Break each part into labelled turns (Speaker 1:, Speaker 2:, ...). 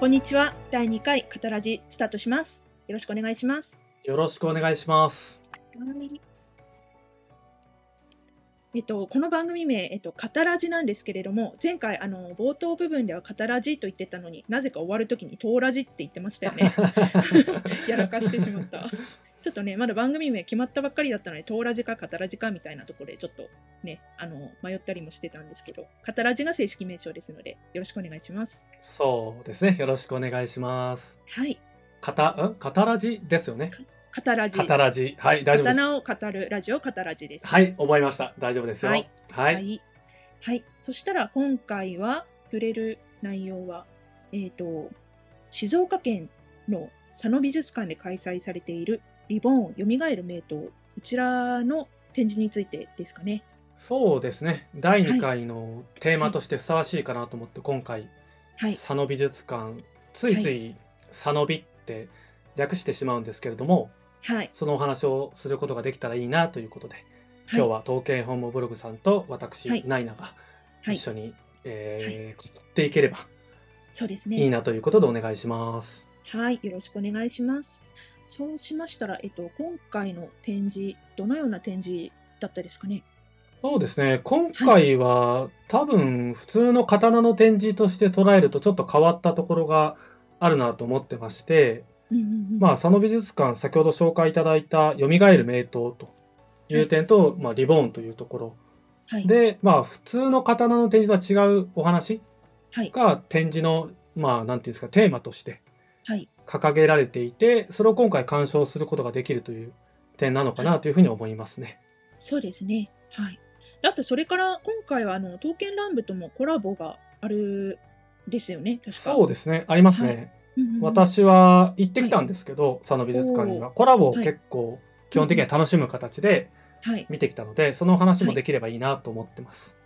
Speaker 1: こんにちは。第2回カタラジスタートします。よろしくお願いします。
Speaker 2: よろしくお願いします。
Speaker 1: えっと、この番組名、えっと、カタラジなんですけれども、前回、あの、冒頭部分ではカタラジと言ってたのになぜか終わるときにトーラジって言ってましたよ ね。 やらかしてしまった。ちょっとね、まだ番組名決まったばっかりだったので、トーラジかカタラジかみたいなところで、ちょっとね、あの、迷ったりもしてたんですけど、カタラジが正式名称ですので、よろしくお願いします。
Speaker 2: そうですね。よろしくお願いします。はい。かた、んカタラジですよね。
Speaker 1: カタラジ。
Speaker 2: カタラジ。はい、大丈夫で
Speaker 1: 刀
Speaker 2: す。
Speaker 1: を語るラジオカタラジです。
Speaker 2: はい、覚えました。大丈夫ですよ。
Speaker 1: は
Speaker 2: はいい。
Speaker 1: はい、はいそしたら今回は触れる内容は、えっと静岡県の佐野美術館で開催されている「リボーンよみがえる名刀」こちらの展示についてですかね。
Speaker 2: そうですね。第2回のテーマとしてふさわしいかなと思って、今回、
Speaker 1: はい、
Speaker 2: 佐野美術館、ついつい佐野美って略してしまうんですけれども、
Speaker 1: はい、
Speaker 2: そのお話をすることができたらいいなということで、今日は東京ホームブログさんと私、
Speaker 1: はい
Speaker 2: ナイナが
Speaker 1: はい
Speaker 2: 一緒に、えー語っていければ
Speaker 1: そうです
Speaker 2: いい
Speaker 1: ね。
Speaker 2: なということでお願いします。
Speaker 1: はい、よろしくお願いします。そうしましたら、えっと、今回の展示、どのような展示だったですかね。
Speaker 2: そうですね。今回は、多分普通の刀の展示として捉えるとちょっと変わったところがあるなと思ってまして、
Speaker 1: うんうんうん、
Speaker 2: まあ、佐野美術館、先ほど紹介いただいた、蘇る名刀という点と、まあ、リボーンというところ。
Speaker 1: はい、
Speaker 2: で、まあ、普通の刀の展示とは違うお話
Speaker 1: はい、
Speaker 2: が展示の、まあ、なんていうんですか、テーマとして
Speaker 1: はい、
Speaker 2: 掲げられていて、それを今回鑑賞することができるという点なのかなというふうに思いますね。
Speaker 1: そうですね。はい。あと、それから今回はあの刀剣乱舞ともコラボがあるですよね、確か。
Speaker 2: そうですね、ありますね。
Speaker 1: はうんうんうん、
Speaker 2: 私は行ってきたんですけど、佐野美術館には。コラボを結構、基本的には楽しむ形で
Speaker 1: はい、
Speaker 2: 見てきたので、その話もできればいいなと思ってます。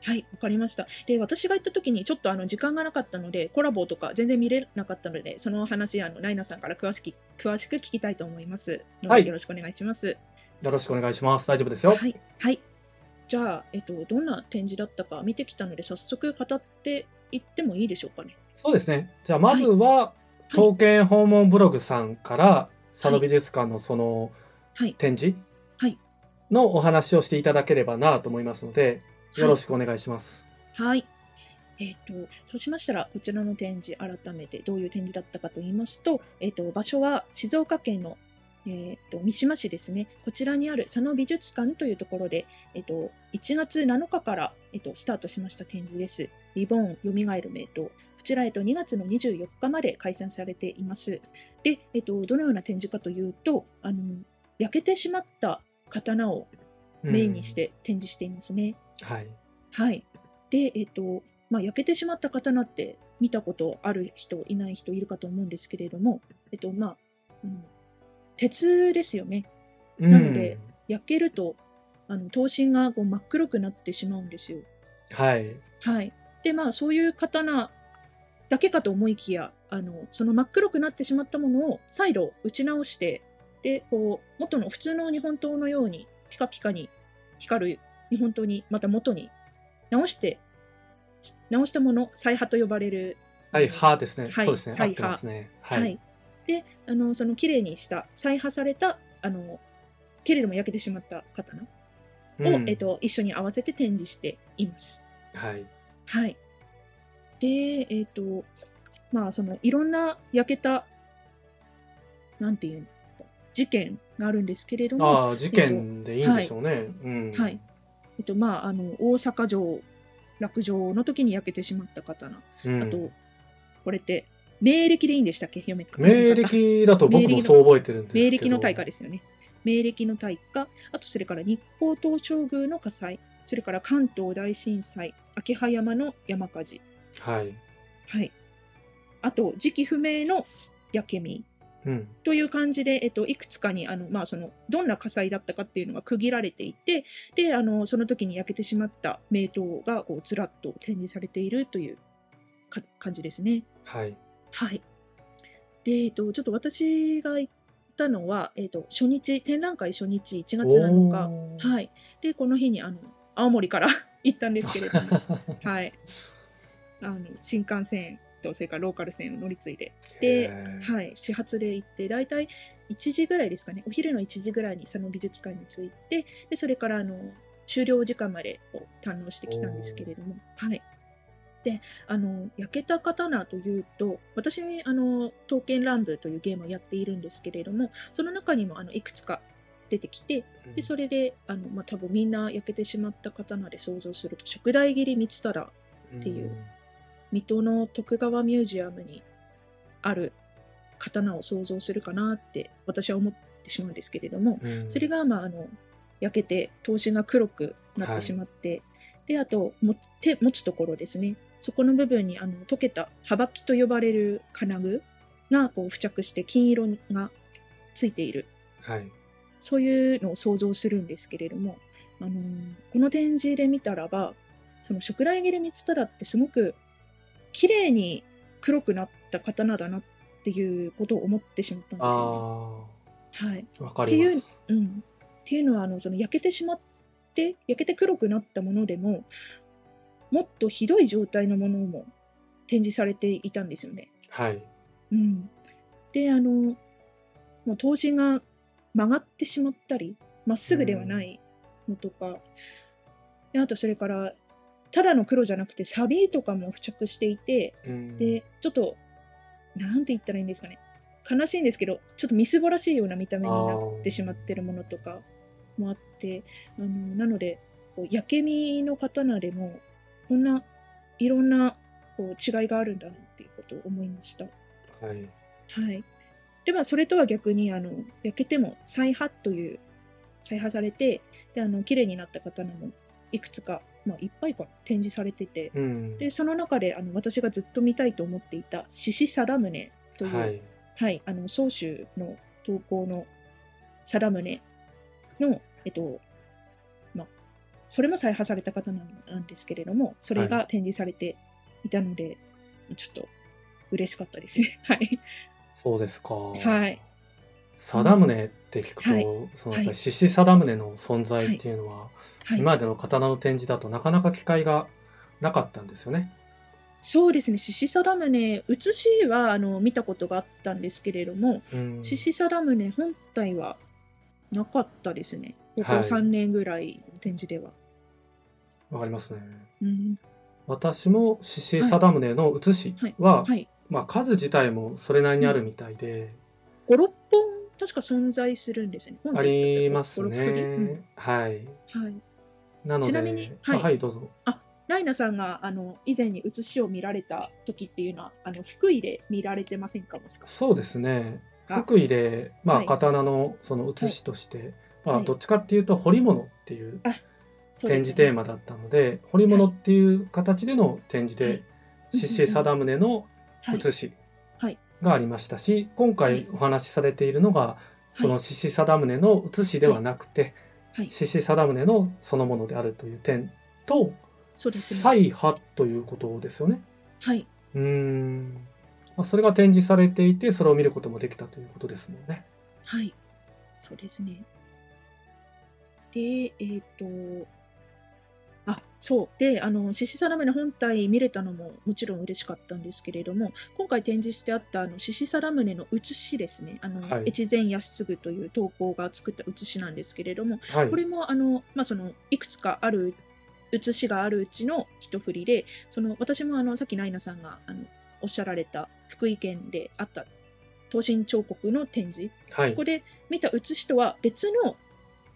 Speaker 1: はい、わかりました。で、私が行った時にちょっとあの時間がなかったので、コラボとか全然見れなかったので、その話、あのライナさんから詳しく詳しく聞きたいと思いますので、
Speaker 2: はい
Speaker 1: よろしくお願いします。
Speaker 2: よろしくお願いします。大丈夫ですよ。
Speaker 1: はい、はい。じゃあ、えっと、どんな展示だったか見てきたので、早速語っていってもいいでしょうかね。
Speaker 2: そうですね。じゃあ、まずは、
Speaker 1: い
Speaker 2: 刀剣訪問ブログさんから、佐野美術館のその
Speaker 1: はい、
Speaker 2: 展示
Speaker 1: はい
Speaker 2: のお話をしていただければなと思いますので、よろしくお願いします。
Speaker 1: はい。えっ、と、そうしましたら、こちらの展示、改めてどういう展示だったかと言いますと、えっ、と、場所は静岡県の、えっ、と、三島市ですね。こちらにある佐野美術館というところで、えっ、と、1月7日から、えっ、と、スタートしました展示です。リボン、よみがえる名刀。こちら、えっ、と、2月の24日まで開催されています。で、えっ、と、どのような展示かというと、あの、焼けてしまった刀を
Speaker 2: うん
Speaker 1: メインにし。て展示していますね。
Speaker 2: はい。
Speaker 1: はい。で、えっ、と、まあ、焼けてしまった刀って見たことある人、いない人いるかと思うんですけれども、えっと、まあ、うん、鉄ですよね。
Speaker 2: うん
Speaker 1: なので、焼けると、あの、刀身がこう真っ黒くなってしまうんですよ。
Speaker 2: はい。
Speaker 1: はい。で、まあ、そういう刀だけかと思いきや、あの、その真っ黒くなってしまったものを再度打ち直して、で、こう、元の普通の日本刀のように、ピカピカに光る日本刀に、また元に直して、直したもの、再破と呼ばれる、
Speaker 2: はい、はですね。
Speaker 1: はい
Speaker 2: そうですね。
Speaker 1: は
Speaker 2: 合
Speaker 1: い
Speaker 2: ってますね。
Speaker 1: はい。
Speaker 2: はい。
Speaker 1: で、あの、その綺麗にした、再破された、あの、けれども焼けてしまった刀を、
Speaker 2: うん
Speaker 1: えっ、と、一緒に合わせて展示しています。
Speaker 2: はい。
Speaker 1: はい。で、えっ、と、まあ、その、いろんな焼けた、なんていうの、事件があるんですけれども、
Speaker 2: ああ、事件でいいんでしょうね。うん。
Speaker 1: はい。えっと、まあ、あの、大阪城、落城の時に焼けてしまった刀。
Speaker 2: うん
Speaker 1: あと、これって、明暦でいいんでしたっけ読め
Speaker 2: 明暦だと僕もそう覚えてるんですけど。
Speaker 1: 明暦の大火ですよね。明暦の大火、あとそれから日光東照宮の火災、それから関東大震災、秋葉山の山火事、
Speaker 2: はい。
Speaker 1: はい。あと、時期不明の焼け身
Speaker 2: うん。
Speaker 1: という感じで、えっと、いくつかに、あの、まあ、その、どんな火災だったかっていうのが区切られていて、で、あの、その時に焼けてしまった名刀が、こう、ずらっと展示されているというか感じですね。
Speaker 2: はい。
Speaker 1: はい。で、えっと、ちょっと私が行ったのは、えっと、初日、展覧会初日、1月7日。
Speaker 2: おー
Speaker 1: はい。で、この日に、あの、 青森から行ったんですけれども、はい。あの、新幹線とそれからローカル線を乗り継いで
Speaker 2: へ
Speaker 1: で、
Speaker 2: ー
Speaker 1: はい、始発で行って大体1時ぐらいですかねお昼の1時ぐらいに佐野美術館に着いてでそれからあの終了時間までを堪能してきたんですけれども、はい、であの焼けた刀というと私あの「刀剣乱舞」というゲームをやっているんですけれどもその中にもあのいくつか出てきてでそれであの、まあ、多分みんな焼けてしまった刀で想像すると食代切り三忠っていう水戸の徳川ミュージアムにある刀を想像するかなって私は思ってしまうんですけれども、
Speaker 2: うん、うん
Speaker 1: それ、が、まあ、あの焼けて刀身が黒くなっ
Speaker 2: はい
Speaker 1: てしまって、であと持つ手持つところですねそこの部分にあの溶けたはばきと呼ばれる金具がこう付着して金色がついている
Speaker 2: はい、
Speaker 1: そういうのを想像するんですけれども、あのーこの展示で見たらば、その食雷切れ三忠ってすごく綺麗に黒くなった刀だなっていうことを思ってしまったん
Speaker 2: あ
Speaker 1: ですよ
Speaker 2: あ
Speaker 1: ね。はい。
Speaker 2: ーわかります
Speaker 1: うん。っていうのは、あの、その焼けてしまって、焼けて黒くなったものでも、もっとひどい状態のものも展示されていたんですよね。
Speaker 2: はい
Speaker 1: うん、であのもう刀身が曲がってしまったりまっすぐではないのとか、であとそれからただの黒じゃなくてサビとかも付着していて
Speaker 2: うん
Speaker 1: でちょっとなんて言ったらいいんですかね悲しいんですけどちょっとみすぼらしいような見た目になってしまってるものとかもあってあのなのでこう焼け身の刀でもこんないろんなこう違いがあるんだなっていうことを思いました。
Speaker 2: はい
Speaker 1: はい、ではそれとは逆にあの焼けても再破という再破されてであの綺麗になった刀もいくつか、まあ、いっぱいか展示されてて
Speaker 2: うん
Speaker 1: でその中であの私がずっと見たいと思っていた獅子貞宗という、
Speaker 2: は
Speaker 1: はい
Speaker 2: い
Speaker 1: あの宗州の投稿の貞宗の、えっとまあ、それも再破された刀なんですけれどもそれが展示されていたので、ちょっと嬉しかったですね。 はい
Speaker 2: そうですか
Speaker 1: はい
Speaker 2: 貞宗って聞くと、
Speaker 1: はい
Speaker 2: そのやっぱり獅子貞宗の存在っていうのは、
Speaker 1: はい、
Speaker 2: 今までの刀の展示だとなかなか機会がなかったんですよね。
Speaker 1: そうですね、獅子定宗、写しはあの見たことがあったんですけれども、
Speaker 2: うん
Speaker 1: 獅子定宗本体はなかったですね、ここ
Speaker 2: はい
Speaker 1: 3年ぐらいの展示では。
Speaker 2: わかりますね。
Speaker 1: うん
Speaker 2: 私も獅子貞宗の写しは、
Speaker 1: はい、
Speaker 2: まあ、数自体もそれなりにあるみたいで、
Speaker 1: 5、6本、確か存在するんですね、本
Speaker 2: あ
Speaker 1: 体っつって
Speaker 2: り
Speaker 1: も
Speaker 2: ます
Speaker 1: 5 6振りうん
Speaker 2: ね。はい。
Speaker 1: はい、
Speaker 2: なので、
Speaker 1: ちなみに
Speaker 2: あ
Speaker 1: はい
Speaker 2: はい、どうぞ。
Speaker 1: ライナさんがあの以前に写しを見られた時っていうのは、あの福井で見られてませんか、もしかし
Speaker 2: そうですね。
Speaker 1: あ
Speaker 2: 福井で、ま
Speaker 1: は
Speaker 2: あ、
Speaker 1: い
Speaker 2: 刀のその写しとして、ま
Speaker 1: は
Speaker 2: あ、
Speaker 1: い
Speaker 2: どっちかっていうと、彫り物っていう
Speaker 1: そう
Speaker 2: 展
Speaker 1: です
Speaker 2: 示
Speaker 1: よね
Speaker 2: テーマだったので、彫り物っていう形での展示
Speaker 1: は
Speaker 2: で
Speaker 1: い、
Speaker 2: 獅子貞宗の
Speaker 1: はい
Speaker 2: 写し
Speaker 1: はい
Speaker 2: がありましたし、今
Speaker 1: は
Speaker 2: 回
Speaker 1: い
Speaker 2: お話しされているのが、その獅子貞宗の写しではなくて
Speaker 1: はいはい、
Speaker 2: 獅子貞宗のそのものであるという点と、
Speaker 1: そうですね。
Speaker 2: 再派ということですよね。
Speaker 1: はい、
Speaker 2: うーん。まあそれが展示されていて、それを見ることもできたということですもんね。
Speaker 1: はい、そうですね。で、えっ、と、あそう、で、あの獅子定めの本体見れたのももちろん嬉しかったんですけれども、今回展示してあったあの獅子定めの写しですね、あの
Speaker 2: はい
Speaker 1: 越前康嗣という投稿が作った写しなんですけれども、
Speaker 2: はい
Speaker 1: こ。れもあの、まあ、そのいくつかある写しがあるうちの一振りでその私もあのさっきナイナさんがあのおっしゃられた福井県であった東神彫刻の展示
Speaker 2: は
Speaker 1: そ
Speaker 2: い
Speaker 1: こ。で見た写しとは別の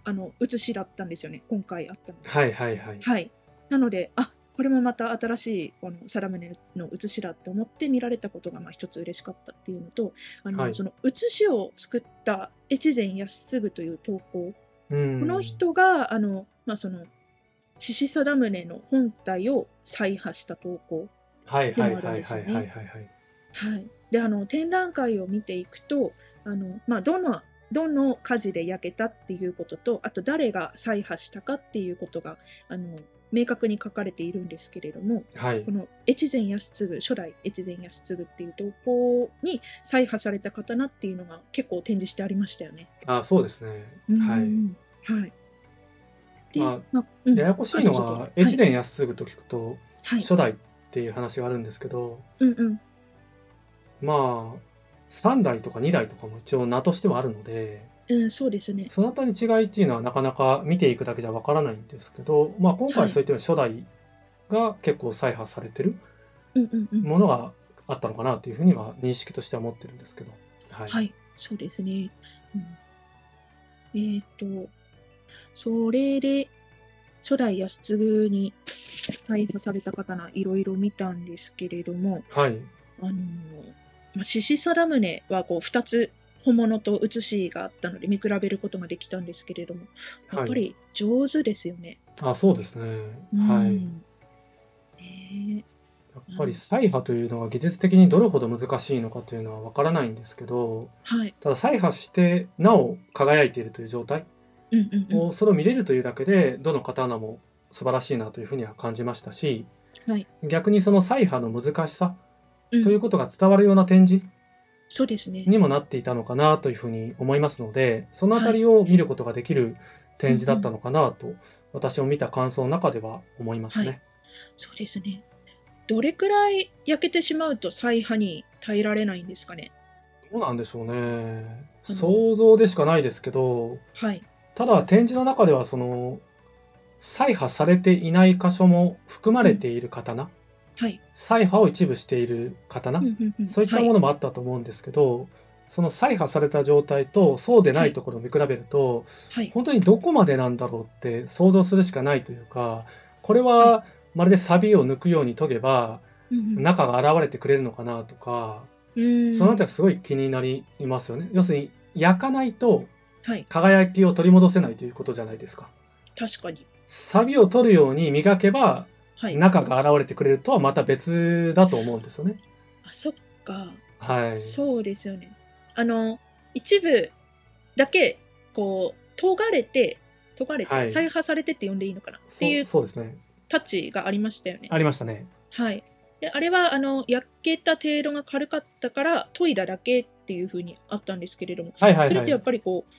Speaker 1: あの写しだったんですよね、今回あったのは。
Speaker 2: はいはいはい。
Speaker 1: はい、なので、あこれもまた新しいあの定宗の写しだと思って見られたことがまあ一つ嬉しかったっていうのと、あの
Speaker 2: はい
Speaker 1: その写しを作った越前康嗣という投稿、
Speaker 2: こ
Speaker 1: この、人があの、まあ、その獅子定宗の本体を再破した投稿
Speaker 2: はいはいはい
Speaker 1: でもある
Speaker 2: は
Speaker 1: ん
Speaker 2: い
Speaker 1: です
Speaker 2: は
Speaker 1: よ
Speaker 2: い
Speaker 1: ね
Speaker 2: はいはい。
Speaker 1: はい、であの展覧会を見ていくとあの、まあ、どのどの火事で焼けたっていうこととあと誰が再破したかっていうことがあの明確に書かれているんですけれども
Speaker 2: はい
Speaker 1: こ。の越前康次初代越前康次っていう投稿に再破された刀っていうのが結構展示してありましたよね。
Speaker 2: あ、そうですね。は
Speaker 1: う
Speaker 2: い。
Speaker 1: んはいで
Speaker 2: まあ
Speaker 1: まあうん
Speaker 2: ややこしいの
Speaker 1: あどう
Speaker 2: は
Speaker 1: ぞ、
Speaker 2: 越前康次と聞くと、
Speaker 1: はい、
Speaker 2: 初代っていう話があるんですけど、
Speaker 1: うんうん
Speaker 2: まあ、3台とか2台とかも一応名としてはあるので、
Speaker 1: うん、そうですね。
Speaker 2: そのあたり違いっていうのはなかなか見ていくだけじゃわからないんですけど、まあ、今
Speaker 1: は
Speaker 2: 回
Speaker 1: い
Speaker 2: そういった初代が結構再破されてる
Speaker 1: うんうんうん。
Speaker 2: ものがあったのかなというふうには認識としては持ってるんですけど、はい。
Speaker 1: はい、そうですね。うん、えーっ、と、それで、初代安次に配布された刀、いろいろ見たんですけれども、
Speaker 2: はい。
Speaker 1: あのーまあ、獅子定宗はこう2つ本物と写しがあったので見比べることができたんですけれども、やっぱり上手ですよね。
Speaker 2: あ、そうですね。
Speaker 1: う
Speaker 2: はい。
Speaker 1: んね
Speaker 2: やっぱり再破というのは技術的にどれほど難しいのかというのはわからないんですけど、
Speaker 1: えはい。
Speaker 2: ただ再破してなお輝いているという状態
Speaker 1: うんうんうん
Speaker 2: をそれを見れるというだけでどの刀も素晴らしいなというふうには感じましたし、
Speaker 1: はい
Speaker 2: 逆にその再破の難しさ
Speaker 1: うん
Speaker 2: ということが伝わるような展示
Speaker 1: そうですね。
Speaker 2: にもなっていたのかなというふうに思いますのでそのあたりを見ることができる展示だったのかなと私を見た感想の中では思いますね。
Speaker 1: そうですね。どれくらい焼けてしまうと再破に耐えられないんですかね。
Speaker 2: どうなんでしょうね
Speaker 1: あの
Speaker 2: 想像でしかないですけど
Speaker 1: はい。
Speaker 2: ただ展示の中ではその再破されていない箇所も含まれている刀、
Speaker 1: はい。
Speaker 2: 再破を一部している刀、
Speaker 1: うんうんうん
Speaker 2: そういったも
Speaker 1: は
Speaker 2: のもあったと思うんですけど、その再破された状態とそうでないところを見比べると、
Speaker 1: はい。
Speaker 2: 本当にどこまでなんだろうって想像するしかないというかこれはまるでサビを抜くように研げば
Speaker 1: うんうん
Speaker 2: 中が現れてくれるのかなとか、
Speaker 1: うん
Speaker 2: そのあたりがすごい気になりますよね。要するに焼かないと
Speaker 1: はい。
Speaker 2: 輝きを取り戻せないということじゃないですか。
Speaker 1: 確かに。
Speaker 2: サビを取るように磨けば
Speaker 1: はい。
Speaker 2: 中が現れてくれるとはまた別だと思うんですよね。
Speaker 1: あ、そっか。
Speaker 2: はい。
Speaker 1: そうですよね。あの、一部だけ、こう、尖れて、尖れ
Speaker 2: は
Speaker 1: て、
Speaker 2: い
Speaker 1: 再破されてって呼んでいいのかなっていう
Speaker 2: そうそうですね。
Speaker 1: タッチがありましたよね。
Speaker 2: ありましたね。
Speaker 1: はい。で、あれは、あの、焼けた程度が軽かったから、研いだだけっていうふうにあったんですけれども、
Speaker 2: はいはい
Speaker 1: それ
Speaker 2: は
Speaker 1: ってやっ
Speaker 2: い。
Speaker 1: ぱりこう、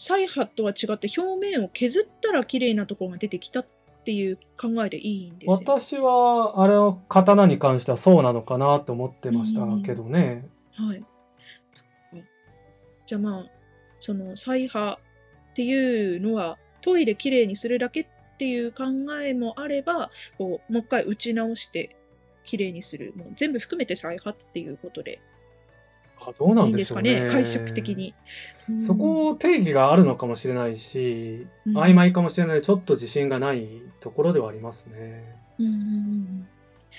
Speaker 1: 再発とは違って表面を削ったら綺麗なところが出てきたっていう考えでいいんですよ。
Speaker 2: 私はあれの刀に関してはそうなのかなと思ってましたけどね。
Speaker 1: はい。じゃあまあ、その再破っていうのは、トイレ綺麗にするだけっていう考えもあれば、こうもう一回打ち直して綺麗にする、もう全部含めて再破っていうことで
Speaker 2: あどうない
Speaker 1: い
Speaker 2: ん
Speaker 1: ん
Speaker 2: で
Speaker 1: で
Speaker 2: し
Speaker 1: す
Speaker 2: ょう
Speaker 1: か
Speaker 2: ね。
Speaker 1: ね、解釈的。に。うん
Speaker 2: そこを定義があるのかもしれないし、
Speaker 1: うん
Speaker 2: 曖昧かもしれない、ちょっと自信がないところではありますね。
Speaker 1: うんうんうん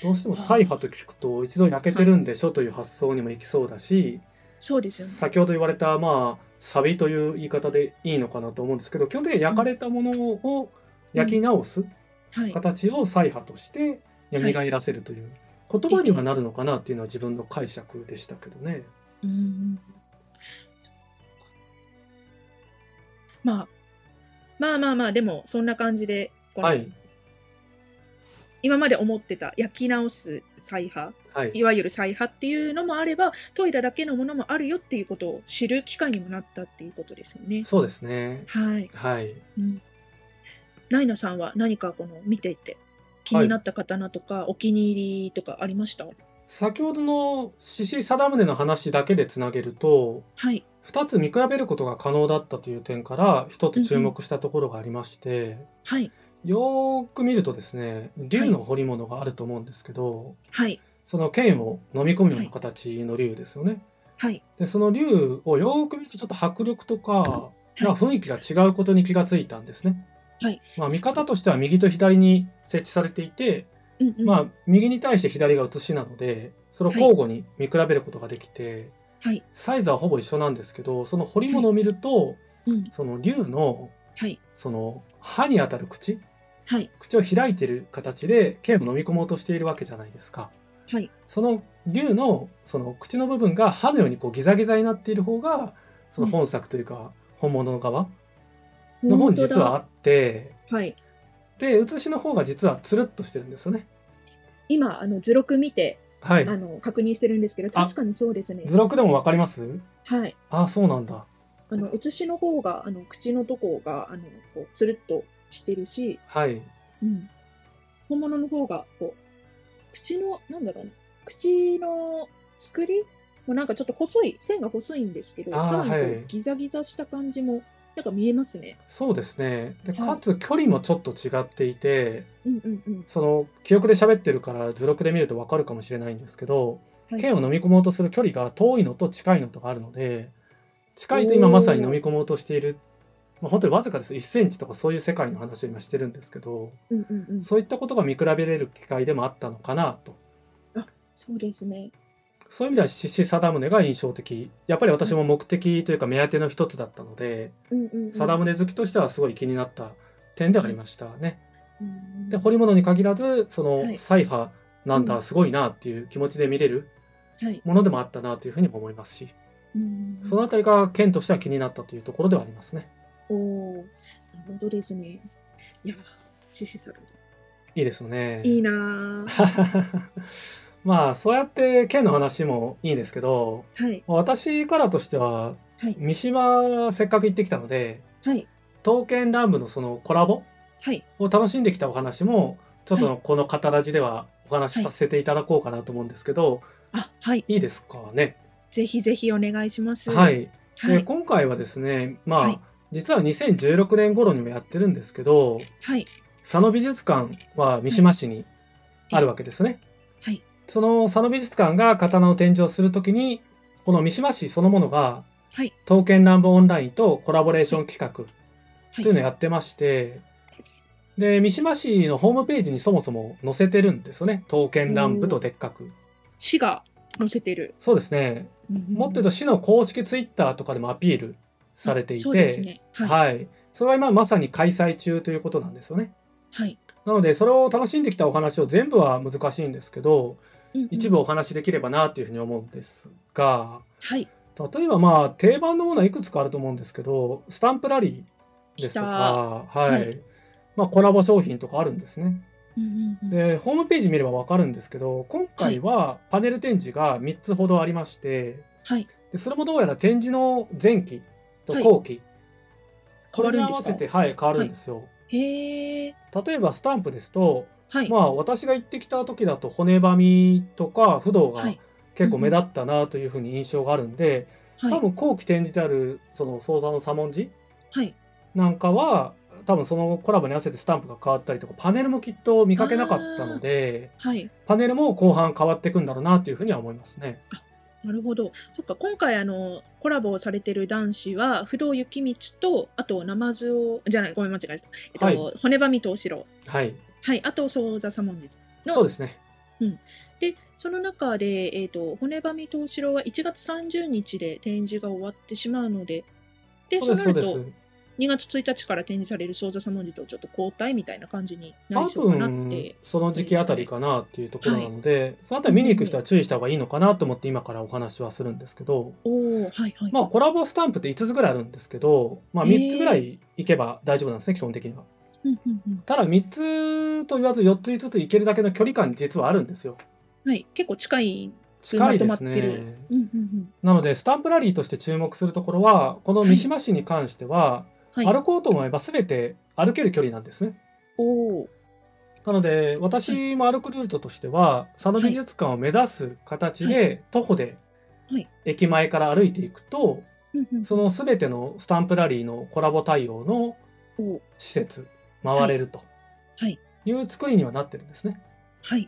Speaker 2: どうしても再破と聞くと、一度焼けてるんでしょという発想にもいきそうだし、
Speaker 1: そうですよね。
Speaker 2: 先ほど言われた、まあ、サビという言い方でいいのかなと思うんですけど、基本的に焼かれたものを焼き直す
Speaker 1: はい、
Speaker 2: 形を再破として蘇らせるという、言葉にはなるのかなっていうのは自分の解釈でしたけどね。
Speaker 1: うんまあ、まあまあまあ、でもそんな感じで、この
Speaker 2: はい。
Speaker 1: 今まで思ってた焼き直す再派、
Speaker 2: はい。
Speaker 1: いわゆる再派っていうのもあれば、研いだだけのものもあるよっていうことを知る機会にもなったっていうことですよね。
Speaker 2: そうですね。
Speaker 1: はい。
Speaker 2: はい。
Speaker 1: うん、ライナさんは何かこの見ていて気になった刀とか、お気に入りとかありました
Speaker 2: 先ほどの獅子定宗の話だけでつなげると
Speaker 1: はい。
Speaker 2: 2つ見比べることが可能だったという点から1つ注目したところがありまして、
Speaker 1: はい。
Speaker 2: よーく見るとですね竜の彫り物があると思うんですけど、
Speaker 1: はい。
Speaker 2: その剣を飲み込むような形の竜ですよね。
Speaker 1: はい。
Speaker 2: でその竜をよーく見るとちょっと迫力とか
Speaker 1: い
Speaker 2: なんか雰囲気が違うことに気がついたんですね。
Speaker 1: はい。
Speaker 2: まあ、見方としては右と左に設置されていて、
Speaker 1: うんうん、
Speaker 2: まあ、右に対して左が写しなのでそれを交互に見比べることができて。
Speaker 1: はい。
Speaker 2: サイズはほぼ一緒なんですけどその彫り物を見ると、
Speaker 1: うん。
Speaker 2: その竜の
Speaker 1: はい。
Speaker 2: その歯に当たる口
Speaker 1: はい。
Speaker 2: 口を開いてる形で剣を飲み込もうとしているわけじゃないですか
Speaker 1: はい。
Speaker 2: その竜のその口の部分が歯のようにこうギザギザになっている方がその本作というか本物の側の方に実はあって
Speaker 1: 本当だはい。
Speaker 2: で写しの方が実はつるっとしてるんですよね
Speaker 1: 今、あの図録見て、
Speaker 2: はい
Speaker 1: あの確認してるんですけど、
Speaker 2: あ
Speaker 1: 確かにそうですね。
Speaker 2: 図録でも分かります
Speaker 1: はい。
Speaker 2: ああそうなんだ
Speaker 1: あの写しの方が、あの口のとこが、あのこうつるっとしてるし、
Speaker 2: はい
Speaker 1: うん、本物の方がこう口のなんだろうな、口の作りもなんかちょっと細い、線が細いんですけど、
Speaker 2: あー
Speaker 1: さらにこ
Speaker 2: はいう
Speaker 1: ギザギザした感じも、なんか見えますね。
Speaker 2: そうですねで
Speaker 1: はい
Speaker 2: かつ距離もちょっと違っていて
Speaker 1: うんうんうん。
Speaker 2: その記憶で喋ってるから図録で見ると分かるかもしれないんですけど、
Speaker 1: はい
Speaker 2: 剣を飲み込もうとする距離が遠いのと近いのとがあるので近いと今まさに飲み込もうとしている、まあ、本当にわずかです1センチとかそういう世界の話を今してるんですけど
Speaker 1: うんうんうん。
Speaker 2: そういったことが見比べれる機会でもあったのかなと
Speaker 1: そうですね。
Speaker 2: そういう意味では獅子定宗が印象的やっぱり私も目的というか目当ての一つだったので
Speaker 1: うんうん、うん。
Speaker 2: 定宗好きとしてはすごい気になった点ではありましたね。
Speaker 1: うん
Speaker 2: で彫り物に限らずそ
Speaker 1: は
Speaker 2: の
Speaker 1: い
Speaker 2: 彩波なん
Speaker 1: う
Speaker 2: だ
Speaker 1: ん
Speaker 2: すごいなっていう気持ちで見れる
Speaker 1: はい。
Speaker 2: ものでもあったなというふうにも思いますし
Speaker 1: うん
Speaker 2: そのあたりが県としては気になったというところではありますね
Speaker 1: おお、なるほどですね。いや、獅子猿。
Speaker 2: いいですよね
Speaker 1: いいなー
Speaker 2: まあそうやって県の話もいいんですけど
Speaker 1: はい、
Speaker 2: 私からとしては
Speaker 1: はい、
Speaker 2: 三島せっかく行ってきたので
Speaker 1: はい、
Speaker 2: 刀剣乱舞のそのコラボ
Speaker 1: はい。
Speaker 2: を楽しんできたお話もちょっとこの語らじではお話しさせていただこうかなと思うんですけど、
Speaker 1: あ、はい。
Speaker 2: い、いですかね
Speaker 1: ぜひぜひお願いします。
Speaker 2: は。い
Speaker 1: は
Speaker 2: で
Speaker 1: い。
Speaker 2: 今回はですね、まあ
Speaker 1: はい
Speaker 2: 実は2016年頃にもやってるんですけど
Speaker 1: はい。
Speaker 2: 佐野美術館は三島市にあるわけですね、
Speaker 1: はい。
Speaker 2: その佐野美術館が刀を展示をするときにこの三島市そのものが
Speaker 1: はい。
Speaker 2: 「刀剣乱舞オンライン」とコラボレーション企画
Speaker 1: はい。
Speaker 2: というのをやってまして、で三島市のホームページにそもそも載せてるんですよね「刀剣乱舞」とでっかく
Speaker 1: 市が載せてる。
Speaker 2: そうですねもっと言うと
Speaker 1: と
Speaker 2: 市の公式ツイッターとかでもアピールされていて、
Speaker 1: そうですね。はい。
Speaker 2: はい、それは今まさに開催中ということなんですよね。
Speaker 1: はい。
Speaker 2: なので、それを楽しんできたお話を全部は難しいんですけど、
Speaker 1: うんうん
Speaker 2: 一部お話しできればなというふうに思うんですが、
Speaker 1: はい。
Speaker 2: 例えばまあ定番のものはいくつかあると思うんですけど、スタンプラリーですとか、はい
Speaker 1: は
Speaker 2: まあ、コラボ商品とかあるんですね。
Speaker 1: うんうんうん
Speaker 2: で、ホームページ見れば分かるんですけど、今回はパネル展示が3つほどありまして、
Speaker 1: はい。
Speaker 2: でそれもどうやら展示の前期と後期、こ
Speaker 1: 変わ
Speaker 2: れ
Speaker 1: る
Speaker 2: に合
Speaker 1: んで
Speaker 2: わ
Speaker 1: す
Speaker 2: せ
Speaker 1: か
Speaker 2: て、はい、変わるんですよ。
Speaker 1: へえ。
Speaker 2: 例えばスタンプですと、
Speaker 1: はい。
Speaker 2: まあ、私が行ってきた時だと骨ばみとか不動
Speaker 1: は
Speaker 2: が
Speaker 1: い。
Speaker 2: 結構目立ったなというふうに印象があるんで、
Speaker 1: はい。
Speaker 2: 多分後期展示であるその創作の左文字
Speaker 1: はい。
Speaker 2: なんかは多分そのコラボに合わせてスタンプが変わったりとかパネルもきっと見かけなかったので
Speaker 1: はい。
Speaker 2: パネルも後半変わっていくんだろうなというふうには思いますね。
Speaker 1: なるほど。そっか、今回、あの、コラボをされてる男子は、不動雪道と、あと、ナマズを、じゃない、ごめん、間違えました。えっと、
Speaker 2: は
Speaker 1: 骨ばみとおしろ。
Speaker 2: はい、
Speaker 1: はい。あと、そうざさもんじ。の
Speaker 2: そうですね
Speaker 1: で、その中で、えっ、と、骨ばみとおしろは1月30日で展示が終わってしまうので、で、
Speaker 2: そう
Speaker 1: そう
Speaker 2: です
Speaker 1: な
Speaker 2: そう
Speaker 1: ると、
Speaker 2: です
Speaker 1: 2月1日から展示される創座様文字とちょっと交代みたいな感じにな
Speaker 2: 多
Speaker 1: りそうかなっ
Speaker 2: 分
Speaker 1: て。
Speaker 2: その時期あたりかなっていうところなので、そのあたり見に行く人は注意した方がいいのかなと思って今からお話はするんですけど、
Speaker 1: おおはいはい。
Speaker 2: まあ、コラボスタンプって5つぐらいあるんですけど、まあ、
Speaker 1: へー
Speaker 2: 3つぐらいいけば大丈夫なんですね、基本的には。
Speaker 1: うんうんうん
Speaker 2: ただ、3つと言わず4つ、5ついけるだけの距離感、実はあるんですよ。
Speaker 1: はい、結構近い。
Speaker 2: 近いです
Speaker 1: まとまってる
Speaker 2: ね。
Speaker 1: うんうんうん。
Speaker 2: なので、スタンプラリーとして注目するところは、この三島市に関しては、
Speaker 1: はい。
Speaker 2: 歩こうと思えばすべて歩ける距離なんですね。
Speaker 1: おお
Speaker 2: なので、私も歩くルートとしては、佐野美術館を目指す形で、徒歩で
Speaker 1: はい
Speaker 2: 駅前から歩いていくと、
Speaker 1: うんうん
Speaker 2: そのすべてのスタンプラリーのコラボ対応の
Speaker 1: おー
Speaker 2: 施設回れると
Speaker 1: はい
Speaker 2: いう作りにはなってるんですね。
Speaker 1: はい。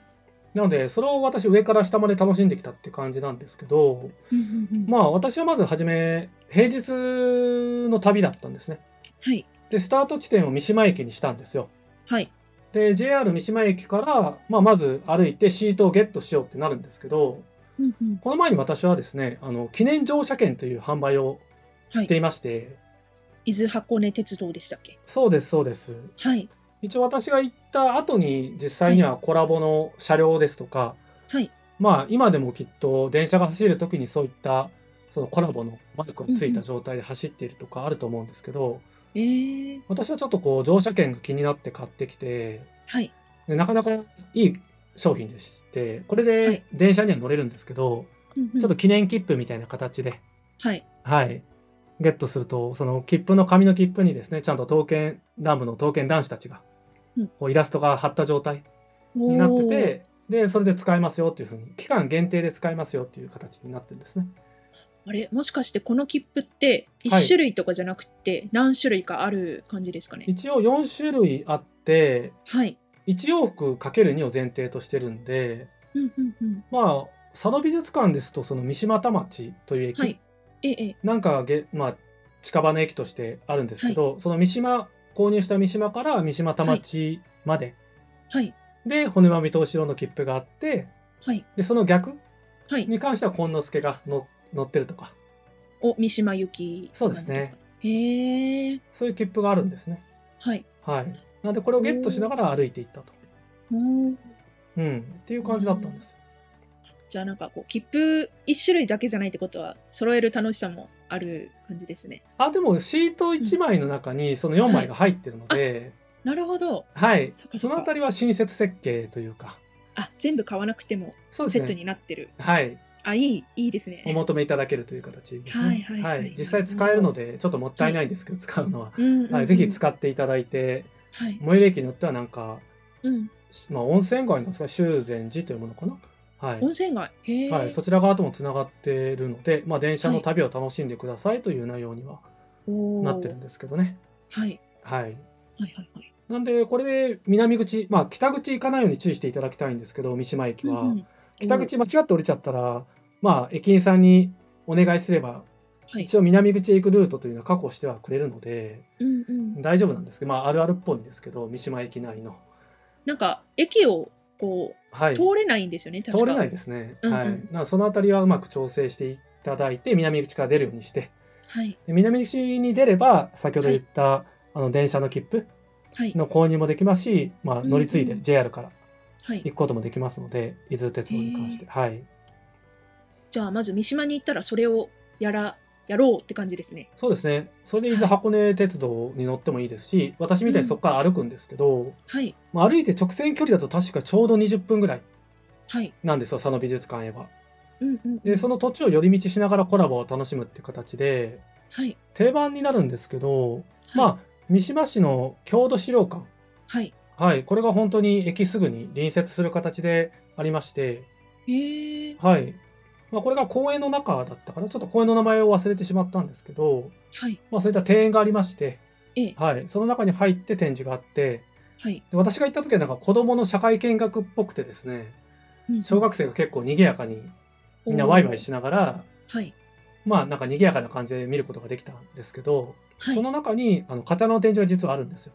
Speaker 2: なのでそれを私上から下まで楽しんできたって感じなんですけど
Speaker 1: うんうんうん
Speaker 2: まあ私はまず初め平日の旅だったんですね。
Speaker 1: はい
Speaker 2: でスタート地点を三島駅にしたんですよ。
Speaker 1: はい
Speaker 2: で JR 三島駅から、まあ、まず歩いてシートをゲットしようってなるんですけど
Speaker 1: うんうん
Speaker 2: この前に私はですねあの記念乗車券という販売を
Speaker 1: は
Speaker 2: して
Speaker 1: い。
Speaker 2: いまして、
Speaker 1: 伊豆箱根鉄道でしたっけ。
Speaker 2: そうですそうです
Speaker 1: はい
Speaker 2: 一応私が行った後に実際にはコラボの車両ですとか、
Speaker 1: はい。
Speaker 2: まあ今でもきっと電車が走る時にそういったそのコラボのマークがついた状態で走っているとかあると思うんですけど、
Speaker 1: えー、
Speaker 2: 私はちょっとこう乗車券が気になって買ってきて
Speaker 1: はい
Speaker 2: でなかなかいい商品でしてこれ
Speaker 1: は
Speaker 2: で
Speaker 1: い
Speaker 2: 電車には乗れるんですけど、
Speaker 1: うんうん
Speaker 2: ちょっと記念切符みたいな形で、
Speaker 1: はい
Speaker 2: はい、ゲットするとその切符の紙の切符にですねちゃんと刀剣乱舞の刀剣男子たちが
Speaker 1: うん
Speaker 2: こうイラストが貼った状態
Speaker 1: おー
Speaker 2: になってて、でそれで使えますよっていうふうに期間限定で使えますよっていう形になってるんですね。
Speaker 1: あれ、もしかしてこの切符って
Speaker 2: はい
Speaker 1: 1種類とかじゃなくて何種類かある感じですかね。
Speaker 2: 一応4種類あって
Speaker 1: はい。
Speaker 2: 1往復 ×2 を前提としてるんで
Speaker 1: うんうんうん。
Speaker 2: まあ佐野美術館ですとその三島田町という駅、
Speaker 1: はい。ええええ。
Speaker 2: なんかげ、まあ、近場の駅としてあるんですけど、その三島購入した三島から三島田町まで、
Speaker 1: はい。
Speaker 2: で骨まみと後ろの切符があって
Speaker 1: はい。
Speaker 2: でその逆
Speaker 1: はい。
Speaker 2: に関しては紺之助がの乗ってるとか
Speaker 1: お、三島由紀って感じか。
Speaker 2: そう
Speaker 1: へえ。
Speaker 2: そういう切符があるんですね。
Speaker 1: はい。
Speaker 2: はい、なんでこれをゲットしながら歩いていったと、
Speaker 1: おー
Speaker 2: うん、っていう感じだったんですよ。
Speaker 1: じゃあなんかこう、切符1種類だけじゃないってことは、揃える楽しさもある感じですね。
Speaker 2: あでもシート1枚の中にその4枚が入ってるので、
Speaker 1: なるほど。
Speaker 2: はい、
Speaker 1: そっかそ
Speaker 2: そ
Speaker 1: っ
Speaker 2: のあ
Speaker 1: か
Speaker 2: た。りは親切設計というか、
Speaker 1: あ、全部買わなくても
Speaker 2: そう
Speaker 1: セ
Speaker 2: で
Speaker 1: ット
Speaker 2: すね。
Speaker 1: になってる。
Speaker 2: はい、
Speaker 1: あ、いい、いいです
Speaker 2: お
Speaker 1: ね。
Speaker 2: 求めいただけるという形ですね。
Speaker 1: はいはいはい
Speaker 2: 実際使えるので、ちょっともったいないんですけど、使うのは。
Speaker 1: うん、うん。
Speaker 2: はい、ぜひ
Speaker 1: う。
Speaker 2: 使っていただいて、
Speaker 1: はい。
Speaker 2: 最寄り駅によってはなんか、
Speaker 1: うん。
Speaker 2: まあ、温泉街なんですが、修善寺というものかな。は
Speaker 1: 温
Speaker 2: い。
Speaker 1: 泉街。へえ。
Speaker 2: はい、そちら側ともつながっているので、まあ、電車の旅を楽しんでくださいという内容には
Speaker 1: おー
Speaker 2: なってるんですけどね。
Speaker 1: はい。
Speaker 2: はい。
Speaker 1: はいはいはい。
Speaker 2: なんで、これで南口、まあ、北口行かないように注意していただきたいんですけど、三島駅は。
Speaker 1: うんうん
Speaker 2: 北口間違って降りちゃったら、まあ、駅員さんにお願いすれば、
Speaker 1: はい。
Speaker 2: 一応南口へ行くルートというのは確保してはくれるので、
Speaker 1: うんうん。
Speaker 2: 大丈夫なんですけど、まあ、あるあるっぽいんですけど、三島駅内の。
Speaker 1: なんか、駅をこ
Speaker 2: は
Speaker 1: う、
Speaker 2: い。
Speaker 1: 通れないんですよね、確か
Speaker 2: 通れないですね。
Speaker 1: うんうん
Speaker 2: はい。なのでそのあたりはうまく調整していただいて、南口から出るようにして、
Speaker 1: はい。
Speaker 2: で南口に出れば、先ほど言った、あの電車の切符
Speaker 1: はい。
Speaker 2: の購入もできますし、まあ、乗り継い
Speaker 1: うん
Speaker 2: で
Speaker 1: うん
Speaker 2: JR から
Speaker 1: はい
Speaker 2: 行。くこともできますので、伊豆鉄道に関して。はい。
Speaker 1: じゃあ、まず三島に行ったら、それをやら、やろうって感じですね。
Speaker 2: そうですね。それで伊豆箱根鉄道に乗ってもいいですし、私みたいにそこから歩くんですけど、
Speaker 1: はい。
Speaker 2: まあ、歩いて直線距離だと確かちょうど20分ぐらい
Speaker 1: はい。
Speaker 2: なんですよ、佐野美術館へは。
Speaker 1: うんうん。
Speaker 2: で、その土地を寄り道しながらコラボを楽しむっていう形で、
Speaker 1: はい。
Speaker 2: 定番になるんですけど、
Speaker 1: はい
Speaker 2: まあ、三島市の郷土資料館。
Speaker 1: はい。
Speaker 2: はい、これが本当に駅すぐに隣接する形でありまして、
Speaker 1: へえ。
Speaker 2: はい。まあ、これが公園の中だったかな。ちょっと公園の名前を忘れてしまったんですけど、
Speaker 1: はい。
Speaker 2: まあ、そういった庭園がありまして、
Speaker 1: ええ。
Speaker 2: はい、その中に入って展示があって、
Speaker 1: はい。
Speaker 2: で私が行った時はなんか子供の社会見学っぽくてですね、
Speaker 1: うん
Speaker 2: 小学生が結構賑やかにみんなワイワイしながら、
Speaker 1: はい。
Speaker 2: まあなんか賑やかな感じで見ることができたんですけど、
Speaker 1: は
Speaker 2: そ
Speaker 1: い。
Speaker 2: の中にあの刀の展示が実はあるんですよ。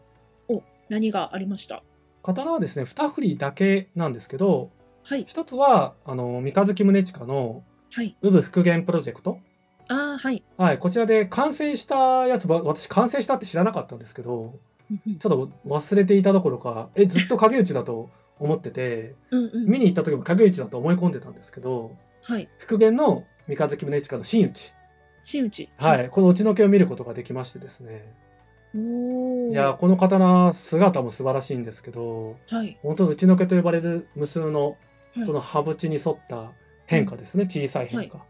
Speaker 1: 何がありました
Speaker 2: 刀はですね、2振りだけなんですけど、
Speaker 1: はい。
Speaker 2: 1つはあの三日月宗近の
Speaker 1: はい。
Speaker 2: 「産復元プロジェクト」
Speaker 1: ああ、はい。
Speaker 2: はい、こちらで完成したやつば、私完成したって知らなかったんですけど、
Speaker 1: うんうん
Speaker 2: ちょっと忘れていたどころか、え、ずっと影内だと思っ てて、
Speaker 1: うんうん。
Speaker 2: 見に行った時も影内だと思い込んでたんですけど、
Speaker 1: はい。
Speaker 2: 復元の三日月宗近の真打ち、
Speaker 1: 真打ち。
Speaker 2: はい。この打ちのけを見ることができましてですね、
Speaker 1: おお。
Speaker 2: いやー、この刀、姿も素晴らしいんですけど、
Speaker 1: はい。
Speaker 2: 本当に打ちのけと呼ばれる無数の
Speaker 1: はい
Speaker 2: その刃縁に沿った変化ですね、小さい変化、
Speaker 1: は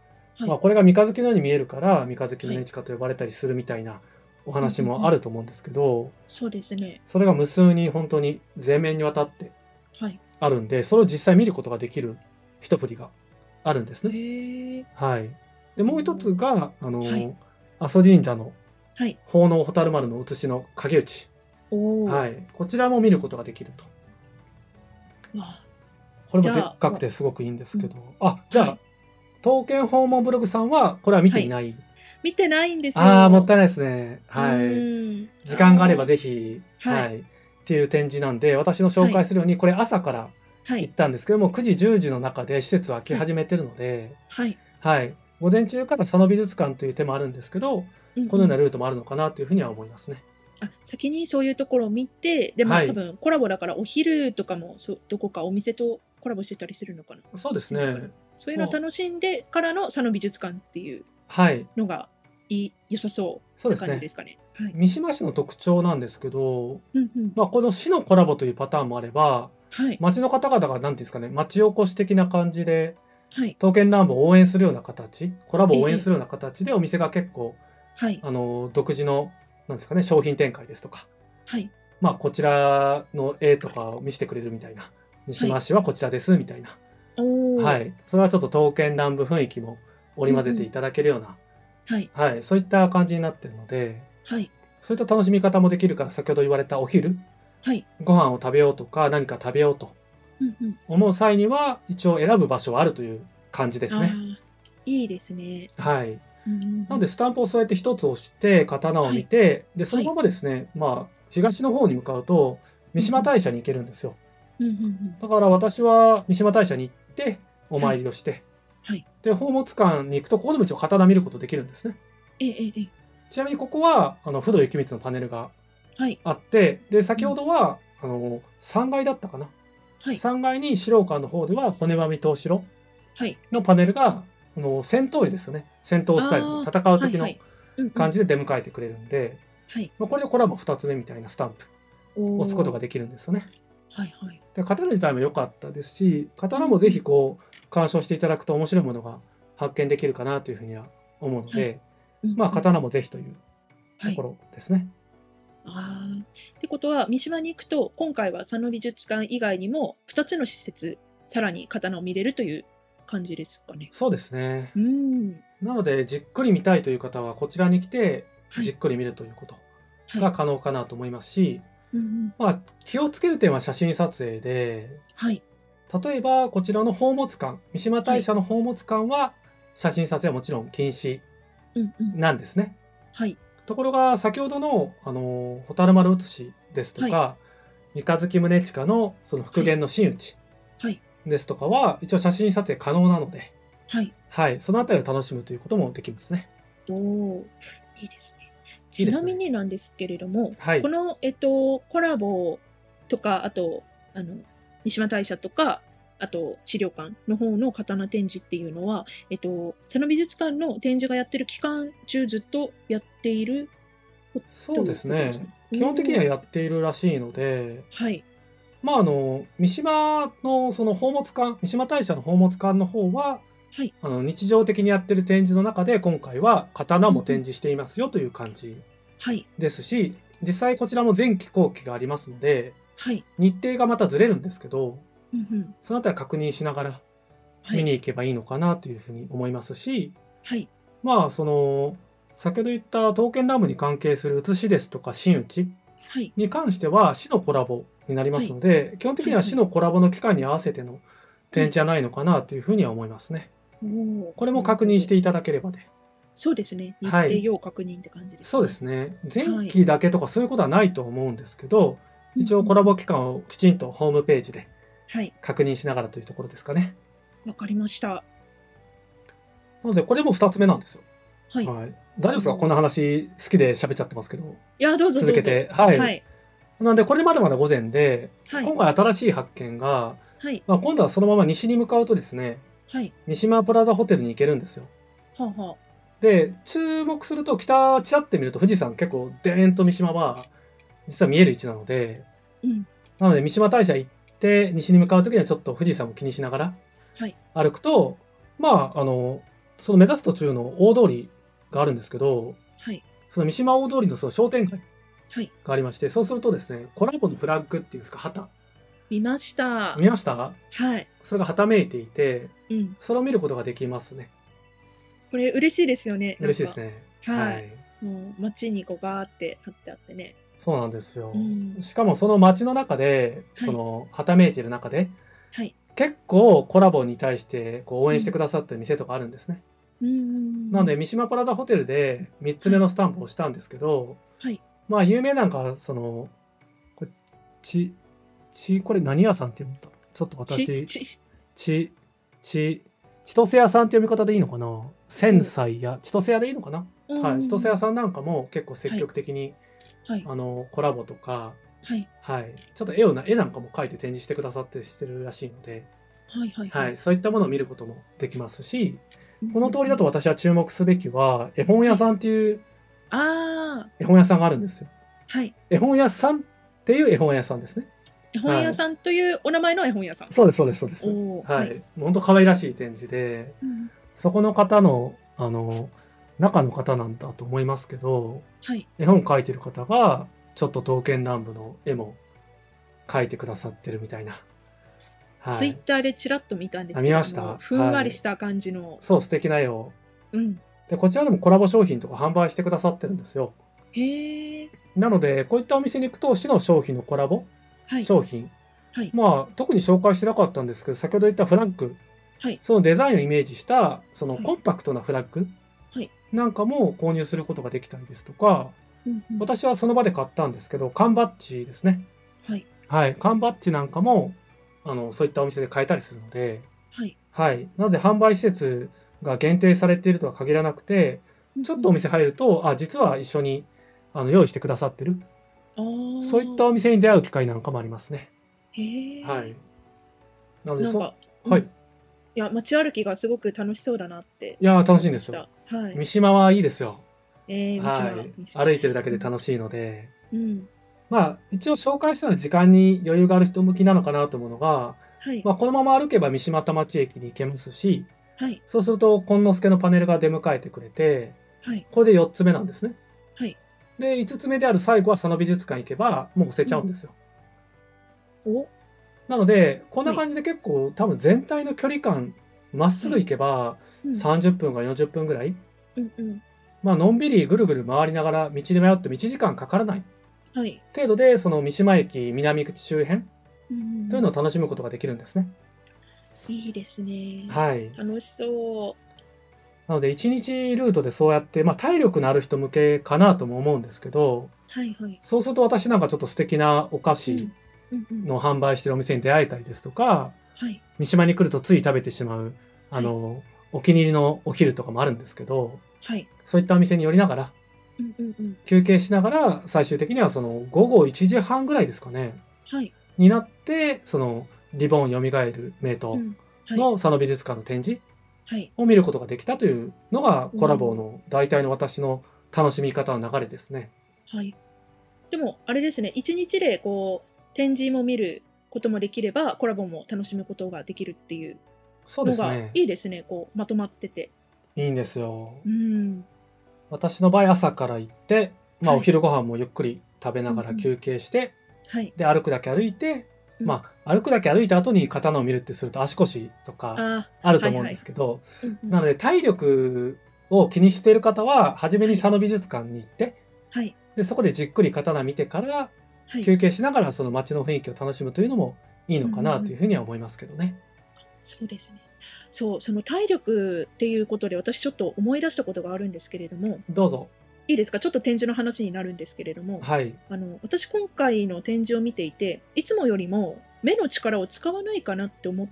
Speaker 1: い
Speaker 2: まあ、これが三日月のように見えるから、三日月宗近と呼ばれたりするみたいなお話もあると思うんですけど、
Speaker 1: そうですね。
Speaker 2: それが無数に本当に全面にわたって
Speaker 1: はい。
Speaker 2: あるんで、それを実際見ることができる一振りがあるんですね。
Speaker 1: へえ。
Speaker 2: はい、でもう一つが、あの
Speaker 1: はい
Speaker 2: 阿蘇神社の
Speaker 1: はい。
Speaker 2: 奉納蛍丸の写しの影内、
Speaker 1: おお。
Speaker 2: はい、こちらも見ることができると。
Speaker 1: わあ
Speaker 2: これ
Speaker 1: じ
Speaker 2: も
Speaker 1: ゃあ
Speaker 2: でっかくてすごくいいんですけど、あじゃあ、
Speaker 1: はい
Speaker 2: 刀剣訪問ブログさんは、これは見ていない、
Speaker 1: 見てないんですよ。
Speaker 2: ああ、もったいないですね。はい。
Speaker 1: い
Speaker 2: 時間があればぜひ、
Speaker 1: はい
Speaker 2: はい。っていう展示なんで、私の紹介するように、これ朝から
Speaker 1: は
Speaker 2: 行っ
Speaker 1: い。
Speaker 2: たんですけども、9時、10時の中で施設は開き始めてるので、
Speaker 1: はい。
Speaker 2: はい。午前中から佐野美術館という手もあるんですけど、このような
Speaker 1: うん
Speaker 2: ルートもあるのかなというふうには思いますね。
Speaker 1: あ先にそういうところを見て、でも、
Speaker 2: はい
Speaker 1: 多分コラボだからお昼とかもそうどこかお店とコラボしてたりするのかな。
Speaker 2: そうですね。
Speaker 1: そういうのを楽しんでからの佐野美術館っていう
Speaker 2: はい。
Speaker 1: のがいい良さそ
Speaker 2: そう
Speaker 1: うな
Speaker 2: です
Speaker 1: 感じで
Speaker 2: ね。
Speaker 1: すかね。はい。
Speaker 2: 三島市の特徴なんですけど、
Speaker 1: うんうん。
Speaker 2: まあ、この市のコラボというパターンもあれば、
Speaker 1: はい。
Speaker 2: 町の方々が何ていうんですかね、町おこし的な感じで、
Speaker 1: はい。
Speaker 2: 刀剣乱舞を応援するような形、コラボを応援するような形で、お店が結構、
Speaker 1: はい。
Speaker 2: あの独自のなんですか、ね、商品展開ですとか、
Speaker 1: はい。
Speaker 2: まあ、こちらの絵とかを見せてくれるみたいな三島市はこちらですみたいな、
Speaker 1: おー
Speaker 2: はい、それはちょっと刀剣乱舞雰囲気も織り交ぜていただけるような、
Speaker 1: はい。
Speaker 2: はい、そういった感じになってるので
Speaker 1: はい。
Speaker 2: そういった楽しみ方もできるから先ほど言われたお昼
Speaker 1: はい。
Speaker 2: ご飯を食べようとか何か食べようと
Speaker 1: うんうん。
Speaker 2: 思う際には一応選ぶ場所はあるという感じです
Speaker 1: あ
Speaker 2: ね。
Speaker 1: あ、いいですね。
Speaker 2: は
Speaker 1: うんう
Speaker 2: い、
Speaker 1: んうん
Speaker 2: なのでスタンプをそうやって一つ押して刀を見て、でそのままですね、まあ、東の方に向かうと三島大社に行けるんですよ。
Speaker 1: うんうんうん。
Speaker 2: だから私は三島大社に行ってお参りをして、
Speaker 1: はい
Speaker 2: で宝物館に行くとここでも一応刀見ることできるんですね。
Speaker 1: ええええ。
Speaker 2: ちなみにここはあの不動幸光のパネルが
Speaker 1: はい。
Speaker 2: あってで先ほどはあの3階だったかな、
Speaker 1: はい。
Speaker 2: 3階に資料館の方では骨まみとしろ
Speaker 1: はい。
Speaker 2: のパネルがあの戦闘医ですよね戦闘スタイルの
Speaker 1: あー
Speaker 2: 戦
Speaker 1: は
Speaker 2: う
Speaker 1: い
Speaker 2: 時の
Speaker 1: はいうんうん
Speaker 2: 感じで出迎えてくれるんで、
Speaker 1: はい。
Speaker 2: まあこれでコラボ2つ目みたいなスタンプを押すことができるんですよね。
Speaker 1: おーはいはい。
Speaker 2: で刀自体も良かったですし刀もぜひこう鑑賞していただくと面白いものが発見できるかなというふうには思うので、
Speaker 1: うんうん
Speaker 2: まあ、刀もぜひという
Speaker 1: は
Speaker 2: と
Speaker 1: い
Speaker 2: こ。ろですね。
Speaker 1: ああ。ってことは、三島に行くと、今回は佐野美術館以外にも、2つの施設、さらに刀を見れるという感じですかね。
Speaker 2: そうですね
Speaker 1: うん。
Speaker 2: なのでじっくり見たいという方はこちらに来て
Speaker 1: はい
Speaker 2: じっくり見るということ
Speaker 1: は
Speaker 2: が
Speaker 1: い。
Speaker 2: 可能かなと思いますし、
Speaker 1: うんうん
Speaker 2: まあ、気をつける点は写真撮影で
Speaker 1: はい。
Speaker 2: 例えばこちらの宝物館三島大社の宝物館は写真撮影はもちろん禁止
Speaker 1: うんうん。
Speaker 2: なんですね。
Speaker 1: はい。
Speaker 2: ところが先ほどの「あの蛍丸写し」ですとか、三日月宗近のその復元の真打ち
Speaker 1: はい
Speaker 2: ですとかは一応写真撮影可能なので、
Speaker 1: はい。
Speaker 2: はい、そのあたりを楽しむということもできますね。
Speaker 1: おお。いいですね。
Speaker 2: いい
Speaker 1: ち
Speaker 2: です
Speaker 1: な
Speaker 2: ね
Speaker 1: みになんですけれども、
Speaker 2: はい
Speaker 1: こ、の、えっと、コラボとか、あと、あの、三島大社とか、あと、資料館の方の刀展示っていうのは、えっと、佐野美術館の展示がやってる期間中ずっとやっている
Speaker 2: そうです
Speaker 1: とい
Speaker 2: ね
Speaker 1: うことですね
Speaker 2: 基本的にはやっているらしいので、
Speaker 1: はい。
Speaker 2: まあ、あの三島のその宝物館三島大社の宝物館の方は、
Speaker 1: はい
Speaker 2: あの日常的にやってる展示の中で今回は刀も展示していますよという感じ
Speaker 1: はい。
Speaker 2: ですし実際こちらも前期後期がありますので
Speaker 1: はい。
Speaker 2: 日程がまたずれるんですけど
Speaker 1: うんうん。
Speaker 2: そのあたりは確認しながら
Speaker 1: は
Speaker 2: 見
Speaker 1: い。
Speaker 2: に行けばいいのかなというふうに思いますし、
Speaker 1: はい。
Speaker 2: まあその先ほど言った刀剣乱舞に関係する写しですとか真打ち
Speaker 1: はい。
Speaker 2: に関しては市のコラボになりますので、基本的には市のコラボの期間に合わせての展示じゃないのかなというふうには思いますね。
Speaker 1: おー
Speaker 2: これも確認していただければで、
Speaker 1: そうですね。日
Speaker 2: は
Speaker 1: 程
Speaker 2: い
Speaker 1: 要確認って感じです、
Speaker 2: そうですね前期だけとかそういうことはないと思うんですけど、
Speaker 1: うん。
Speaker 2: 一応コラボ期間をきちんとホームページで
Speaker 1: はい。
Speaker 2: 確認しながらというところですかね。
Speaker 1: わかりました。
Speaker 2: なので、これも2つ目なんですよ。
Speaker 1: はい。い
Speaker 2: はい、大丈夫ですかこんな話、好きで喋っちゃってますけど、
Speaker 1: や、どうぞどうぞ。
Speaker 2: 続けて。はい。
Speaker 1: はい。
Speaker 2: なので、これまでまだ午前で、
Speaker 1: はい。
Speaker 2: 今回新しい発見が、
Speaker 1: はい。
Speaker 2: まあ、今度はそのまま西に向かうとですね、
Speaker 1: はい。
Speaker 2: 三島プラザホテルに行けるんですよ。
Speaker 1: はあ、は
Speaker 2: で、注目すると、北、ちらって見ると、富士山、結構、でーんと三島は、実は見える位置なので、
Speaker 1: あ。うん。
Speaker 2: なので、三島大社行って、西に向かうときには、ちょっと富士山を気にしながら
Speaker 1: はい。
Speaker 2: 歩くと、まあ、あの、その目指す途中の大通りがあるんですけど、
Speaker 1: はい。
Speaker 2: その三島大通りのその商店街
Speaker 1: はい。
Speaker 2: がありまして、そうするとですね、コラボのフラッグっていうんですか、旗。
Speaker 1: 見ました。
Speaker 2: 見ました
Speaker 1: はい。
Speaker 2: それがはためいていて、
Speaker 1: うん。
Speaker 2: それを見ることができますね。
Speaker 1: これ嬉しいですよね。
Speaker 2: 嬉しいです
Speaker 1: ね。
Speaker 2: ね。
Speaker 1: はいもう街にこうバーって貼ってあってね。
Speaker 2: そうなんですよ。
Speaker 1: うん。
Speaker 2: しかもその街の中で、
Speaker 1: はい
Speaker 2: その、はためいている中で、
Speaker 1: はい。
Speaker 2: 結構コラボに対してこう応援してくださってる店とかあるんですね。
Speaker 1: うん。
Speaker 2: なので、三島プラザホテルで3つ目のスタンプを押したんですけど、
Speaker 1: はい。
Speaker 2: まあ、有名なんかは、その、これ、ち、ち、これ何屋さんって読んだちょっと
Speaker 1: ち、
Speaker 2: 私、
Speaker 1: ち、
Speaker 2: ち、ち、千歳屋さんって読み方でいいのかな千歳屋、千歳屋でいいのかな、はい、千歳屋
Speaker 1: さ
Speaker 2: さんなんかも結構積極的に、
Speaker 1: ん。はい。
Speaker 2: あのコラボとか、
Speaker 1: はい。
Speaker 2: はい、ちょっと絵をな絵なんかも描いて展示してくださってしてるらしいので、
Speaker 1: はい。はい。
Speaker 2: はい、そういったものを見ることもできますし、
Speaker 1: うん
Speaker 2: この通りだと。私は注目すべきは、絵本屋さんっていう
Speaker 1: ああ。
Speaker 2: 絵本屋さんがあるんですよ。
Speaker 1: はい。
Speaker 2: 絵本屋さんっていう絵本屋さんですね。
Speaker 1: 絵本屋さんというお名前の絵本屋さん。
Speaker 2: そうです、そうです、そうです。は
Speaker 1: おお。
Speaker 2: い、。もう本当可愛らしい展示で、
Speaker 1: うん
Speaker 2: そこの方の、あの、中の方なんだと思いますけど、
Speaker 1: はい。
Speaker 2: 絵本描いてる方が、ちょっと刀剣乱舞の絵も描いてくださってるみたいなはい
Speaker 1: ツイッターでちらっと見たんです
Speaker 2: あ
Speaker 1: けど
Speaker 2: 見
Speaker 1: も、
Speaker 2: ました
Speaker 1: ふんわりした感じの、
Speaker 2: そう、素敵な絵を。
Speaker 1: うん、
Speaker 2: で、こちらでもコラボ商品とか販売してくださってるんですよ。
Speaker 1: へえ、
Speaker 2: なので、こういったお店に行くと、市の商品のコラボ、
Speaker 1: はい、
Speaker 2: 商品、
Speaker 1: はい
Speaker 2: まあ、特に紹介してなかったんですけど、先ほど言ったフラッグ、
Speaker 1: はい
Speaker 2: そのデザインをイメージした、その
Speaker 1: はい
Speaker 2: コンパクトなフラッグ
Speaker 1: はい
Speaker 2: なんかも購入することができたりですとか、
Speaker 1: うんうん
Speaker 2: 私はその場で買ったんですけど、缶バッジですね。
Speaker 1: はい、
Speaker 2: はい、缶バッジなんかもあのそういったお店で買えたりするので、
Speaker 1: はい、
Speaker 2: はい、なので販売施設が限定されているとは限らなくて、ちょっとお店入ると、あ実は一緒にあの用意してくださってる、
Speaker 1: あー
Speaker 2: そういったお店に出会う機会なんかもありますね。
Speaker 1: へえ、
Speaker 2: はい、なので
Speaker 1: なん
Speaker 2: そ
Speaker 1: か、うん
Speaker 2: はい、
Speaker 1: いや、街歩きがすごく楽しそうだなって
Speaker 2: いやー楽しいんです
Speaker 1: 思
Speaker 2: よ。
Speaker 1: いました。はい、
Speaker 2: 三島はいいですよ、
Speaker 1: えー、
Speaker 2: は
Speaker 1: 三
Speaker 2: い、
Speaker 1: 島
Speaker 2: 歩いてるだけで楽しいので、
Speaker 1: うん、
Speaker 2: まあ、一応紹介したのは時間に余裕がある人向きなのかなと思うのが、
Speaker 1: はい、
Speaker 2: まあ、このまま歩けば三島田町駅に行けますし、
Speaker 1: はい、
Speaker 2: そうすると、近之助のパネルが出迎えてくれて、
Speaker 1: はい、
Speaker 2: これで4つ目なんですね。
Speaker 1: はい。
Speaker 2: で、5つ目である最後は佐野美術館行けば、もう押せちゃうんですよ。
Speaker 1: お、
Speaker 2: なので、こんな感じで結構、多分全体の距離感、まっすぐ行けば、
Speaker 1: うん、
Speaker 2: 30分から40分ぐらい、
Speaker 1: うん、うん、
Speaker 2: まあのんびりぐるぐる回りながら、道で迷っても1時間かからない
Speaker 1: はい、
Speaker 2: 程度で、その三島駅南口周辺
Speaker 1: うんんん
Speaker 2: というのを楽しむことができるんですね。
Speaker 1: いいですね。
Speaker 2: はい。
Speaker 1: 楽しそう。
Speaker 2: なので、1日ルートでそうやって、まあ、体力のある人向けかなとも思うんですけど、
Speaker 1: はいはい。
Speaker 2: そうすると私なんかちょっと素敵なお菓子
Speaker 1: うんうん
Speaker 2: の販売してるお店に出会えたりですとか、
Speaker 1: はい。
Speaker 2: 三島に来るとつい食べてしまう、あの、お気に入りのお昼とかもあるんですけど、
Speaker 1: はい。
Speaker 2: そういったお店に寄りながら、
Speaker 1: うんうんうん。
Speaker 2: 休憩しながら、最終的にはその午後1時半ぐらいですかね、
Speaker 1: はい。
Speaker 2: になって、その、リボン蘇る名
Speaker 1: う
Speaker 2: 刀
Speaker 1: ん。はい。
Speaker 2: の佐野美術館の展示
Speaker 1: はい。
Speaker 2: を見ることができたというのが、コラボの大体の私の楽しみ方の流れですね。
Speaker 1: はい。でも、あれですね、一日でこう、展示も見ることもできれば、コラボも楽しむことができるっていう
Speaker 2: そうで
Speaker 1: の
Speaker 2: す
Speaker 1: が
Speaker 2: ね。
Speaker 1: いいですね、こう、まとまってて。
Speaker 2: いいんですよ
Speaker 1: う。ん。
Speaker 2: 私の場合朝から行って、まあ、
Speaker 1: はい
Speaker 2: お昼ご飯もゆっくり食べなが
Speaker 1: う
Speaker 2: ら
Speaker 1: んうん
Speaker 2: 休憩して、
Speaker 1: はい。
Speaker 2: で歩くだけ歩いて、
Speaker 1: うん
Speaker 2: まあ、歩くだけ歩いた後に刀を見るってすると足腰とか
Speaker 1: あ
Speaker 2: あると思うんですけど、
Speaker 1: ー、うんうん
Speaker 2: なので体力を気にしている方は初めに佐野美術館に行って
Speaker 1: はい。
Speaker 2: でそこでじっくり刀見てから
Speaker 1: はい。
Speaker 2: 休憩しながらその街の雰囲気を楽しむというのもいいのかなというふうには思いますけどね。
Speaker 1: そうですね。そう、その体力っていうことで、私ちょっと思い出したことがあるんですけれども、
Speaker 2: どうぞ。
Speaker 1: いいですか、ちょっと展示の話になるんですけれども、
Speaker 2: はい。
Speaker 1: あの私、今回の展示を見ていて、いつもよりも目の力を使わないかなって思っ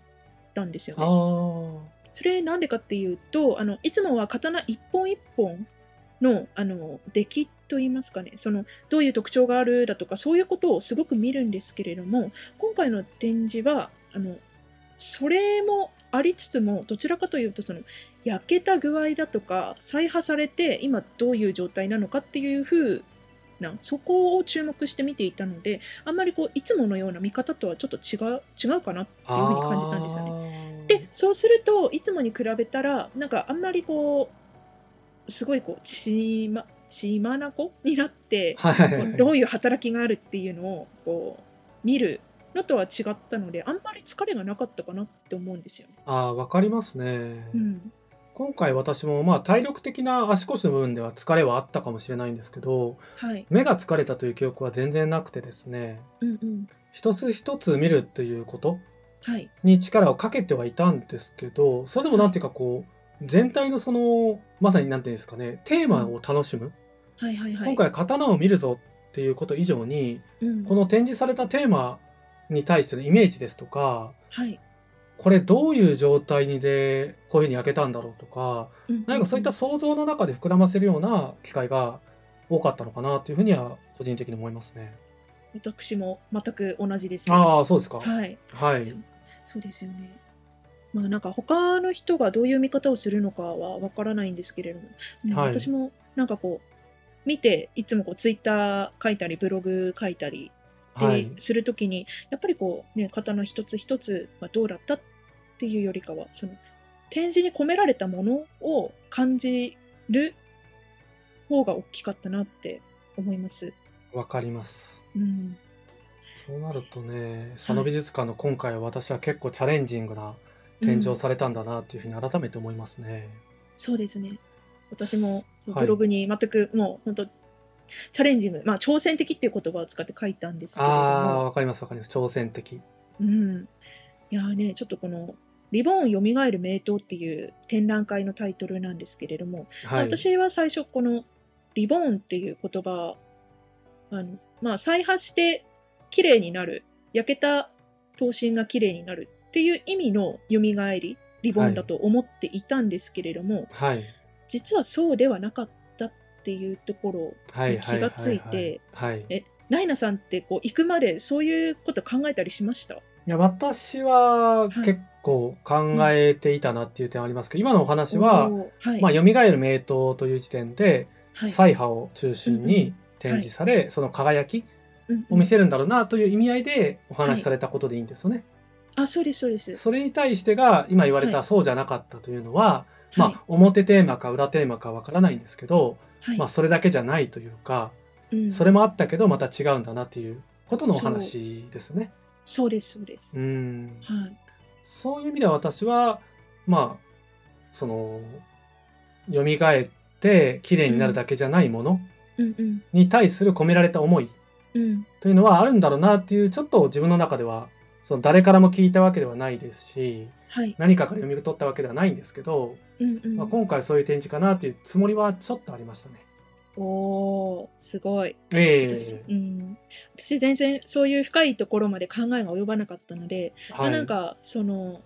Speaker 1: たんですよ
Speaker 2: あ
Speaker 1: ね。
Speaker 2: ー
Speaker 1: それなんでかっていうと、あのいつもは刀一本一本のあの出来といいますかねその、どういう特徴があるだとか、そういうことをすごく見るんですけれども、今回の展示は、あのそれもありつつも、どちらかというとその、焼けた具合だとか、再破されて、今どういう状態なのかっていう風な、そこを注目して見ていたので、あんまりこういつものような見方とはちょっと違う違うかなっていうふうに感じたんですよね。
Speaker 2: ね
Speaker 1: でそうするといつもに比べたらなんかあんまりこうすごいこう血ま血まなこになって
Speaker 2: はい、
Speaker 1: どういう働きがあるっていうのをこう見るのとは違ったのであんまり疲れがなかったかなって思うんですよね。
Speaker 2: あーわかりますね。
Speaker 1: うん
Speaker 2: 今回私もまあ体力的な足腰の部分では疲れはあったかもしれないんですけど
Speaker 1: はい
Speaker 2: 目が疲れたという記憶は全然なくてですね
Speaker 1: うんうん
Speaker 2: 一つ一つ見るということ
Speaker 1: はい
Speaker 2: に力をかけてはいたんですけどそれでもなんていうかこう全体のそのまさになんていうんですかねテーマを楽しむ、
Speaker 1: はいはいはい。
Speaker 2: 今回刀を見るぞっていうこと以上に
Speaker 1: うん
Speaker 2: この展示されたテーマに対してのイメージですとか
Speaker 1: はい
Speaker 2: これどういう状態にでこういうふうに開けたんだろうとか
Speaker 1: うん
Speaker 2: 何かそういった
Speaker 1: ん
Speaker 2: 想像の中で膨らませるような機会が多かったのかなというふうには個人的に思いますね。
Speaker 1: 私も全く同じです。
Speaker 2: ああ、そうですか。
Speaker 1: はい
Speaker 2: はい。
Speaker 1: そうそうですよね。まあなんか他の人がどういう見方をするのかはわからないんですけれども、うん
Speaker 2: はい
Speaker 1: 私もなんかこう見ていつもこうツイッター書いたりブログ書いたり
Speaker 2: はい
Speaker 1: で。するときに、やっぱりこうね刀一つ一つがどうだったっていうよりかはその展示に込められたものを感じる方が大きかったなって思います。
Speaker 2: わかります。
Speaker 1: うん
Speaker 2: そうなるとね、佐野美術館の今回は私は結構チャレンジングな展示をされたんだなっていうふうに改めて思いますね。
Speaker 1: そうですね。私もそう
Speaker 2: はい
Speaker 1: ブログに全くもう本当、チャレンジング、まあ、挑戦的っていう言葉を使って書いたんですけれど
Speaker 2: ああ、
Speaker 1: も、
Speaker 2: わかりますわかります。挑戦的。
Speaker 1: うん、いやーね、ちょっとこの「リボンよみがえる名刀」っていう展覧会のタイトルなんですけれども、ま
Speaker 2: は
Speaker 1: あ
Speaker 2: い。
Speaker 1: 私は最初この「リボン」っていう言葉あの、まあ、再発して綺麗になる焼けた刀身が綺麗になるっていう意味のよみがえりリボンだと思っていたんですけれども、
Speaker 2: はい。
Speaker 1: 実はそうではなかったっていうところ
Speaker 2: はい。はい
Speaker 1: 気がついて。
Speaker 2: はいはい。はい
Speaker 1: えライナさんってこう行くまでそういうこと考えたりしました
Speaker 2: いや、私
Speaker 1: は
Speaker 2: は
Speaker 1: い
Speaker 2: 結構考えていたなっていう点はありますけど、今のお話は、
Speaker 1: おーはい
Speaker 2: まあ、蘇る名刀という時点で、
Speaker 1: はい
Speaker 2: 彩波を中心に展示され、その輝き
Speaker 1: うんうん
Speaker 2: を見せるんだろうなという意味合いでお話しされたことでいいんですよね。
Speaker 1: あそうですそうです、
Speaker 2: それに対してが今言われ
Speaker 1: は
Speaker 2: たそうじゃなかったというのは、ま
Speaker 1: はい
Speaker 2: あ、表テーマか裏テーマかわからないんですけど、
Speaker 1: はい
Speaker 2: まあ、それだけじゃないというか、
Speaker 1: うん
Speaker 2: それもあったけどまた違うんだなっていうことのお話ですね。
Speaker 1: そうですそうです、
Speaker 2: うん
Speaker 1: はい
Speaker 2: そういう意味では私はまあその蘇って綺麗になるだけじゃないもの
Speaker 1: うんうん
Speaker 2: に対する込められた思い
Speaker 1: うん
Speaker 2: というのはあるんだろうなっていうちょっと自分の中ではその誰からも聞いたわけではないですし
Speaker 1: はい
Speaker 2: 何かから読み取ったわけではないんですけど、
Speaker 1: うんうん、
Speaker 2: まあ、今回そういう展示かなっていうつもりはちょっとありましたね。
Speaker 1: おーすごい
Speaker 2: え
Speaker 1: 私,、うん、私全然そういう深いところまで考えが及ばなかったので、
Speaker 2: はい、
Speaker 1: まあ、なんかその、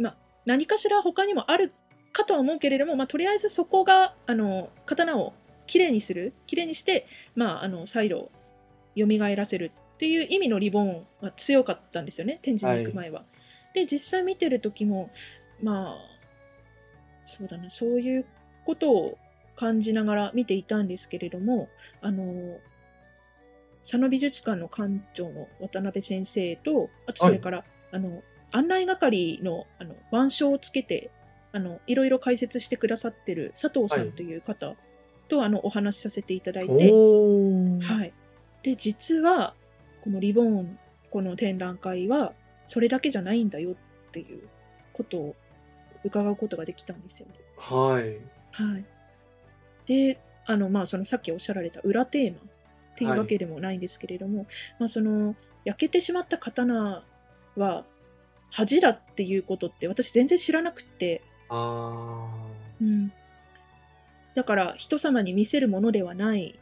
Speaker 1: まあ、何かしら他にもあるかとは思うけれども、まあ、とりあえずそこがあの刀をきれいにするきれいにして、まあ、あの再度蘇らせるっていう意味のリボンは強かったんですよね展示に行く前は。で実際見てる時もまあそうだなそういうことを感じながら見ていたんですけれどもあの佐野美術館の館長の渡辺先生とあとそれから、あの案内係のあの腕章をつけてあのいろいろ解説してくださってる佐藤さ
Speaker 2: は
Speaker 1: ん
Speaker 2: い
Speaker 1: という方と、あのお話しさせていただい
Speaker 2: お
Speaker 1: て、
Speaker 2: ー
Speaker 1: はい、で実はこのリボンこの展覧会はそれだけじゃないんだよっていうことを伺うことができたんですよね。
Speaker 2: はい
Speaker 1: はい、であの、まあ、そのさっきおっしゃられた裏テーマっていうわけでもないんですけれども、まあ、その焼けてしまった刀は恥だっていうことって私全然知らなくて、
Speaker 2: あ
Speaker 1: うん、だから人様に見せるものではない、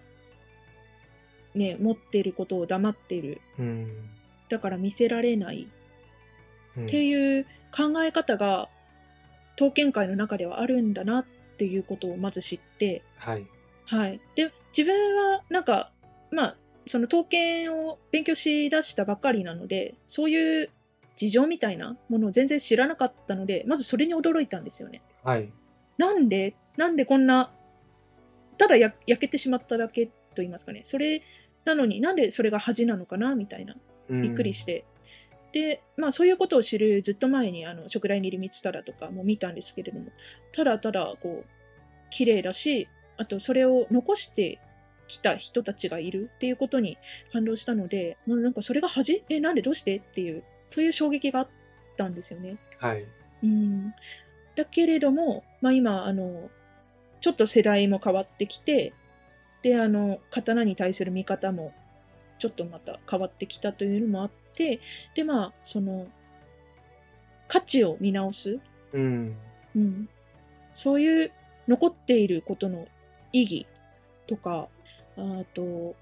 Speaker 1: ね、持っていることを黙っている
Speaker 2: ーうん
Speaker 1: だから見せられない
Speaker 2: うん
Speaker 1: っていう考え方が刀剣界の中ではあるんだなっていうことをまず知って、
Speaker 2: はい
Speaker 1: はい、で自分はなんか、まあ、その刀剣を勉強しだしたばっかりなのでそういう事情みたいなものを全然知らなかったのでまずそれに驚いたんですよね。
Speaker 2: はい
Speaker 1: なんでなんでこんなただや焼けてしまっただけと言いますかねそれなのになんでそれが恥なのかなみたいな
Speaker 2: うん
Speaker 1: びっくりして、で、まあ、そういうことを知るずっと前にあの食来に入り光忠とかも見たんですけれどもただただこう綺麗だしあとそれを残してきた人たちがいるっていうことに感動したのでもうなんかそれが恥えなんでどうしてっていうそういう衝撃があったんですよね。
Speaker 2: はい
Speaker 1: うん、だけれども、まあ、今あのちょっと世代も変わってきてであの刀に対する見方もちょっとまた変わってきたというのもあってでまあその価値を見直す、
Speaker 2: うん
Speaker 1: うん、そういう残っていることの意義とかあと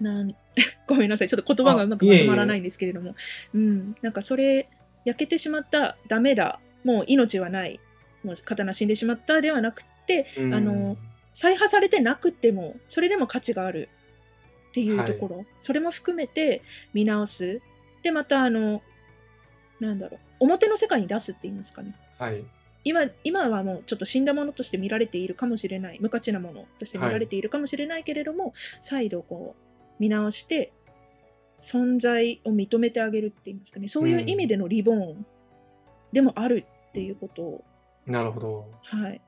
Speaker 1: なん ごめんなさいちょっと言葉がうまくまとまらないんですけれどもうん、なんかそれ焼けてしまったダメだもう命はないもう刀死んでしまったではなくて
Speaker 2: うん
Speaker 1: あの再破されてなくてもそれでも価値があるっていうところ、それも含めて見直すでまたあのなんだろう表の世界に出すって言いますかね
Speaker 2: はい
Speaker 1: 今今はもうちょっと死んだものとして見られているかもしれない無価値なものとして見られているかもしれないけれども、再度こう見直して存在を認めてあげるって言いますかねそういう意味でのリボンでもあるっていうことを、
Speaker 2: なるほど
Speaker 1: はい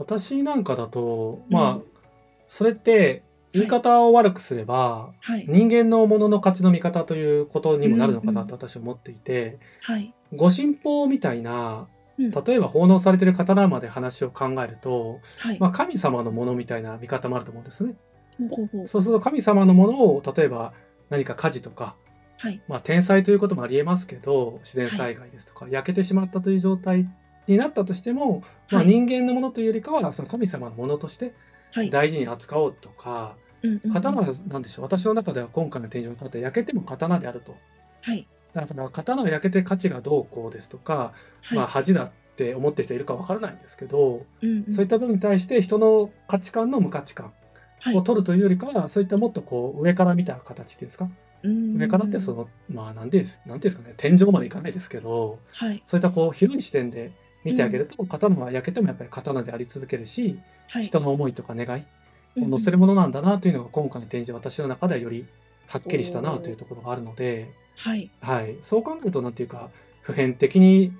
Speaker 2: 私なんかだと
Speaker 1: うん
Speaker 2: まあ、それって言い方を悪くすれば、
Speaker 1: はい、
Speaker 2: 人間のものの価値の見方ということにもなるのかなと私は思っていて、
Speaker 1: はい、
Speaker 2: ご神宝みたいな
Speaker 1: うん
Speaker 2: 例えば奉納されている刀まで話を考えると、
Speaker 1: はい、
Speaker 2: まあ、神様のものみたいな見方もあると思うんですね。
Speaker 1: ほうほうほう
Speaker 2: そうすると神様のものを例えば何か火事とか、
Speaker 1: はい、
Speaker 2: まあ、天災ということもありえますけど自然災害ですとか、焼けてしまったという状態になったとしても、ま
Speaker 1: は
Speaker 2: あ、
Speaker 1: い
Speaker 2: 人間のものというよりかはその神様のものとして
Speaker 1: はい、
Speaker 2: 大事に扱おうとか、
Speaker 1: うんうんうん
Speaker 2: 刀は何でしょう私の中では今回の展示の方は焼けても刀であると。
Speaker 1: はい、
Speaker 2: だから刀を焼けて価値がどうこうですとか、
Speaker 1: はい、
Speaker 2: まあ、恥だって思ってる人いるかわからないんですけど、
Speaker 1: うんうん
Speaker 2: そういった部分に対して人の価値観の無価値観
Speaker 1: は
Speaker 2: を
Speaker 1: い、
Speaker 2: 取るというよりかは、そういったもっとこう上から見た形っていうんですか、上
Speaker 1: 上
Speaker 2: からってそ、の、まあなんでです、なんていうんですかね、天井までいかないですけど、
Speaker 1: はい、
Speaker 2: そういったこう広い視点で見てあげると、刀は焼けてもやっぱり刀であり続けるし、
Speaker 1: はい、
Speaker 2: 人の思いとか願いを乗せ
Speaker 1: る、
Speaker 2: るものなんだなというのが今回の展示、私の中ではよりはっきりしたなというところがあるので、
Speaker 1: はい、
Speaker 2: はい、そう考えると、なんていうか、普遍的に、い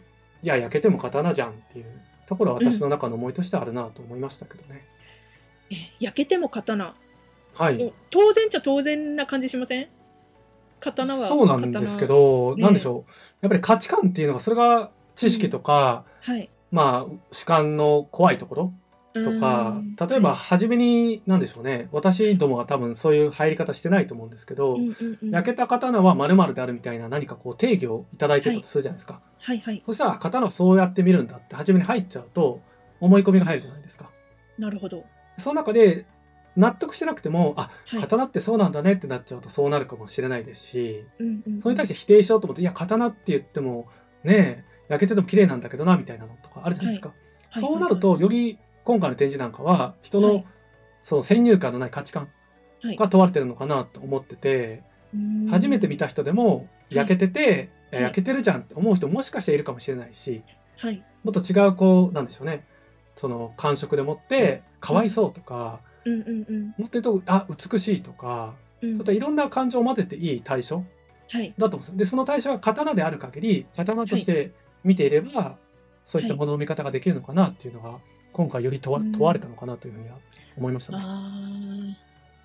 Speaker 2: や、焼けても刀じゃんっていうところは私の中の思いとしてあるなと思いましたけどね。
Speaker 1: え焼けても刀、
Speaker 2: はい、
Speaker 1: 当然っちゃ当然な感じしません刀は
Speaker 2: そうなんですけ
Speaker 1: 刀、
Speaker 2: ど、
Speaker 1: ね
Speaker 2: なんでしょう、やっぱり価値観っていうのが、それが知識とか、
Speaker 1: はい、
Speaker 2: まあ、主観の怖いところとか、例えば、
Speaker 1: は
Speaker 2: 初めに、なんでしょうね、私どもは多分そういう入り方してないと思うんですけど、
Speaker 1: いうんうんうん
Speaker 2: 焼けた刀は〇〇であるみたいな、何かこう定義をいただいてるとするじゃないですか。
Speaker 1: はいはい、
Speaker 2: そしたら、刀をそうやって見るんだって、初めに入っちゃうと、思い込みが入るじゃないですか。
Speaker 1: なるほど、
Speaker 2: その中で、納得してなくても、あ
Speaker 1: はい
Speaker 2: 刀ってそうなんだねってなっちゃうと、そうなるかもしれないですし、
Speaker 1: うんうんうん
Speaker 2: それに対して否定しようと思って、いや、刀って言っても、ねえ、焼けてても綺麗なんだけどな、みたいなのとかあるじゃないですか。
Speaker 1: はい
Speaker 2: そうなると、より今回の展示なんかは、人の、
Speaker 1: はい
Speaker 2: その先入観のない価値観
Speaker 1: はい
Speaker 2: が問われてるのかなと思ってて、
Speaker 1: うん
Speaker 2: 初めて見た人でも、
Speaker 1: い
Speaker 2: 焼けてて、い
Speaker 1: は
Speaker 2: や
Speaker 1: い
Speaker 2: 焼けてるじゃんって思う人ももしかしているかもしれないし、
Speaker 1: はい、
Speaker 2: もっと違う、こう、なんでしょうね、その感触でもって、かわいそうとか、
Speaker 1: うんうんうん
Speaker 2: もっと言うと、あ、美しいとか、
Speaker 1: うん
Speaker 2: ちょっといろんな感情を混ぜていい対象
Speaker 1: はい、
Speaker 2: だと思うんですよで、その対象が刀である限り、刀として見ていれば、そういったものの見方ができるのかなっていうのが、今回より問わ
Speaker 1: うん
Speaker 2: 問われたのかなというふうには思いましたね。
Speaker 1: ああ、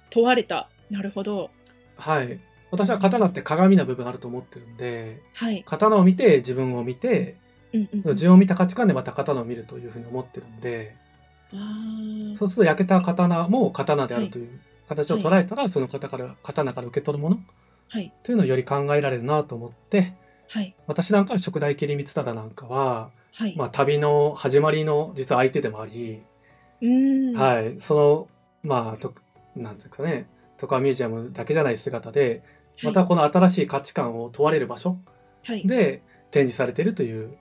Speaker 1: 問われた、なるほど、
Speaker 2: はい。私は刀って鏡な部分あると思ってるんで、
Speaker 1: はい、
Speaker 2: 刀を見て自分を見て、
Speaker 1: うんうんうん
Speaker 2: 自分を見た価値観でまた刀を見るというふうに思ってるんで、
Speaker 1: あ
Speaker 2: そうすると焼けた刀も刀であるという形を捉えたら、その方から刀から受け取るもの
Speaker 1: あ、はい、
Speaker 2: というのをより考えられるなと思って、
Speaker 1: はい、
Speaker 2: 私なんかは食代切り光忠なんかは、
Speaker 1: はい、
Speaker 2: まあ、旅の始まりの実は相手でもあり、
Speaker 1: うーん、い、
Speaker 2: はい、そのまあとなんていうかね徳川ミュージアムだけじゃない姿でまたこの新しい価値観を問われる場所
Speaker 1: はい、
Speaker 2: で展示されているという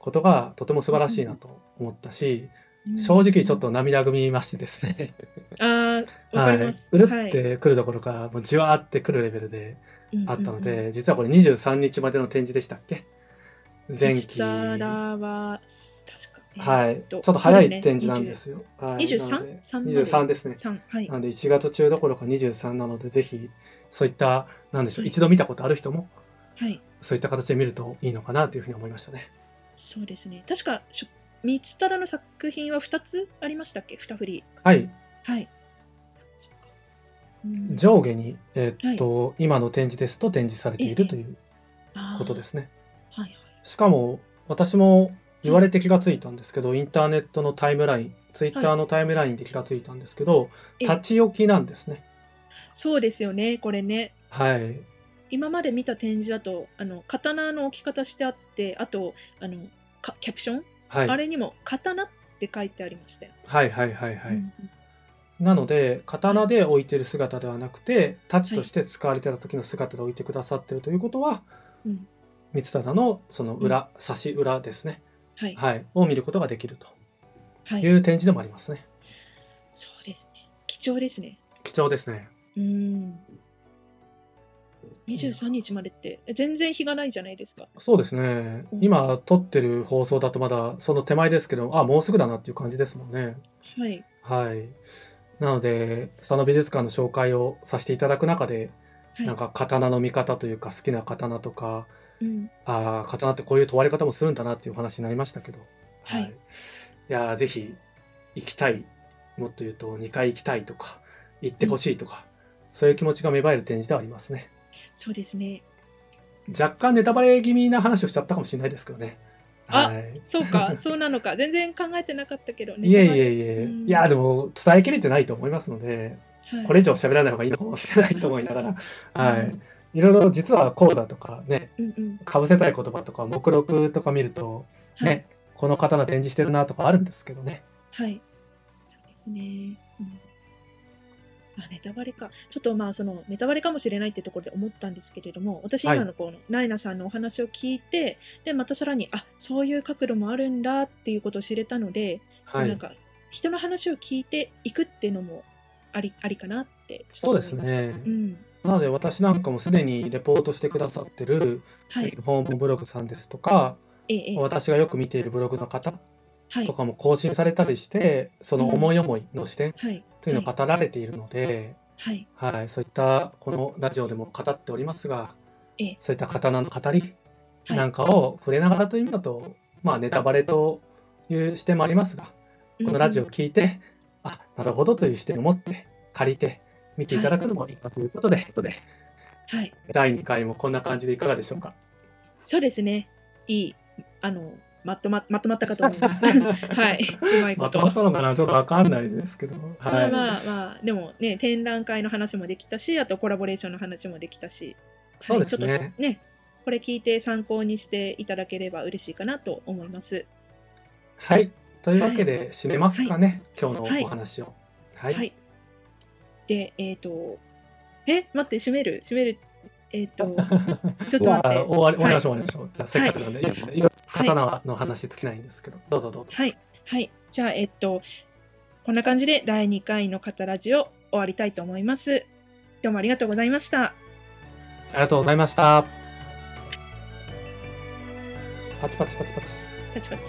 Speaker 2: ことがとても素晴らしいなと思ったし、
Speaker 1: うん
Speaker 2: 正直ちょっと涙ぐみましてですね、
Speaker 1: ああ、わ
Speaker 2: は
Speaker 1: か
Speaker 2: い、
Speaker 1: ります。
Speaker 2: うるってくるどころか、もうじわーってくるレベルであったので、実はこれ23日までの展示でしたっけ前
Speaker 1: 前
Speaker 2: 期
Speaker 1: 期。たらは、確か、
Speaker 2: はい、
Speaker 1: え
Speaker 2: ちょ
Speaker 1: と
Speaker 2: っと早い展示なんで。すよ。はい
Speaker 1: 23
Speaker 2: なので
Speaker 1: 3まで
Speaker 2: 23ですね。
Speaker 1: 三はい
Speaker 2: な。ので1月中どころか23なので、ぜひそういった、なんでしょう、
Speaker 1: はい
Speaker 2: 一度見たことある人も、
Speaker 1: はい。
Speaker 2: そういった形で見るといいのかなというふうに思いましたね。
Speaker 1: そうですね。確か、しょ三つたらの作品は二つありましたっけ二振り。
Speaker 2: はい、
Speaker 1: はい。そっかそっかうん。
Speaker 2: 上下に、えーっと今の展示ですと展示されているということですすね。
Speaker 1: あーはい
Speaker 2: しかも、私も言われて気がついたんですけど、インターネットのタイムライン、ツイッターのタイムラインで気がついたんですけど、
Speaker 1: ええ
Speaker 2: 立ち置きなんですね。
Speaker 1: そうですよね、これね。
Speaker 2: はい、
Speaker 1: 今まで見た展示だと、あの刀の置き方してあって、あと、あのかキャプション、
Speaker 2: はい、
Speaker 1: あ
Speaker 2: はい、
Speaker 1: れにも刀って書いてありましたよ。
Speaker 2: はい、はい、は
Speaker 1: う
Speaker 2: い。
Speaker 1: ん
Speaker 2: なので刀で置いてる姿ではなくて太刀として使われてた時の姿で置いてくださってるということは
Speaker 1: うんうん
Speaker 2: 三忠のその裏、差し裏ですね、
Speaker 1: はい。
Speaker 2: はい、を見ることができる
Speaker 1: は
Speaker 2: と
Speaker 1: い
Speaker 2: いう展示でもありますね。
Speaker 1: そうですね。貴重ですね。
Speaker 2: 貴重ですね。
Speaker 1: うん。23日までって、え全然日がないじゃないですか。
Speaker 2: そうですね
Speaker 1: うん
Speaker 2: 今撮ってる放送だとまだその手前ですけどあもうすぐだなっていう感じですもんね。
Speaker 1: はい。
Speaker 2: はいなので佐野美術館の紹介をさせていただく中で、
Speaker 1: はい、
Speaker 2: なんか刀の見方というか好きな刀とか
Speaker 1: うん、
Speaker 2: ああ、刀ってこういう問われ方もするんだなっていうお話になりましたけど、
Speaker 1: はい
Speaker 2: いやー、ぜひ行きたい、もっと言うと2回行きたいとか、行ってほしいとか、そういう気持ちが芽生える展示ではありますね。
Speaker 1: そうですね。
Speaker 2: 若干ネタバレ気味な話をしちゃったかもしれないですけどね。
Speaker 1: あ
Speaker 2: はい、
Speaker 1: そう か、そうなのか。全然考えてなかったけどね。
Speaker 2: いえいえいえ、
Speaker 1: うん
Speaker 2: いや、でも伝えきれてないと思いますので、
Speaker 1: はい
Speaker 2: これ以上喋らない方がいいのかもしれないと思いながら、は
Speaker 1: うん、
Speaker 2: いいろいろ実はこうだとかね、
Speaker 1: うんうん。
Speaker 2: かぶせたい言葉とか、目録とか見ると、ね、
Speaker 1: はい
Speaker 2: この刀展示してるなとかあるんですけどね。
Speaker 1: はい。そうですね。うんあネタバレか。ちょっとまあ、そのネタバレかもしれないってところで思ったんですけれども、私、
Speaker 2: はい
Speaker 1: 今のこの、ナイナさんのお話を聞いて、で、またさらに、あそういう角度もあるんだっていうことを知れたので、
Speaker 2: は
Speaker 1: なん
Speaker 2: い、
Speaker 1: か、人の話を聞いていくっていうのもありありかなって、ちょっ
Speaker 2: そう
Speaker 1: と
Speaker 2: で
Speaker 1: 思
Speaker 2: す
Speaker 1: いました。
Speaker 2: ね。
Speaker 1: うん。
Speaker 2: なので私なんかもすでにレポートしてくださってる
Speaker 1: はい。
Speaker 2: 訪問ブログさんですとか、
Speaker 1: ええ、ええ
Speaker 2: 私がよく見ているブログの方
Speaker 1: はい
Speaker 2: と。かも更新されたりして、その思い思いの視点
Speaker 1: はい。
Speaker 2: というのを語られているので、
Speaker 1: はい。
Speaker 2: はい、そういったこのラジオでも語っておりますが
Speaker 1: ええ、
Speaker 2: そういった刀の語り
Speaker 1: はい
Speaker 2: なんかを触れながらという意味だと、まあネタバレという視点もありますが、このラジオを聞いて、あなるほどという視点を持って、借りて、見ていただくのもいいかということで、ということで
Speaker 1: うんはい。
Speaker 2: 第2回もこんな感じでいかがでしょうか。
Speaker 1: そうですね。いい、あの、まとままとまったかと思い ます。はい。うまいこ
Speaker 2: ま
Speaker 1: と。
Speaker 2: とまったのかな、ちょっとわかんないですけど、はい、
Speaker 1: まあまあまあ、でもね、展覧会の話もできたし、あとコラボレーションの話もできたし、
Speaker 2: そうです
Speaker 1: はいちょっ
Speaker 2: ね。
Speaker 1: とね、これ聞いて参考にしていただければ嬉しいかなと思います。
Speaker 2: はい、というわけで、締めますかね、今日
Speaker 1: は
Speaker 2: の
Speaker 1: い
Speaker 2: お話を。は、
Speaker 1: はいで、えっ、と、え、待って、閉める、閉める、えっ、 と、ちょっ
Speaker 2: う
Speaker 1: と
Speaker 2: わ
Speaker 1: 待って。
Speaker 2: 終わり終わりましょう、
Speaker 1: はい
Speaker 2: 終わりましょう。じゃあ、せっかくなんで、いいよ刀の話尽きないんですけど、どうぞどうぞ。
Speaker 1: はい。はい。じゃあ、えっと、こんな感じで第2回のカタラジを終わりたいと思います。どうもありがとうございました。
Speaker 2: ありがとうございました。パチパチパチパチ。
Speaker 1: パチパチ。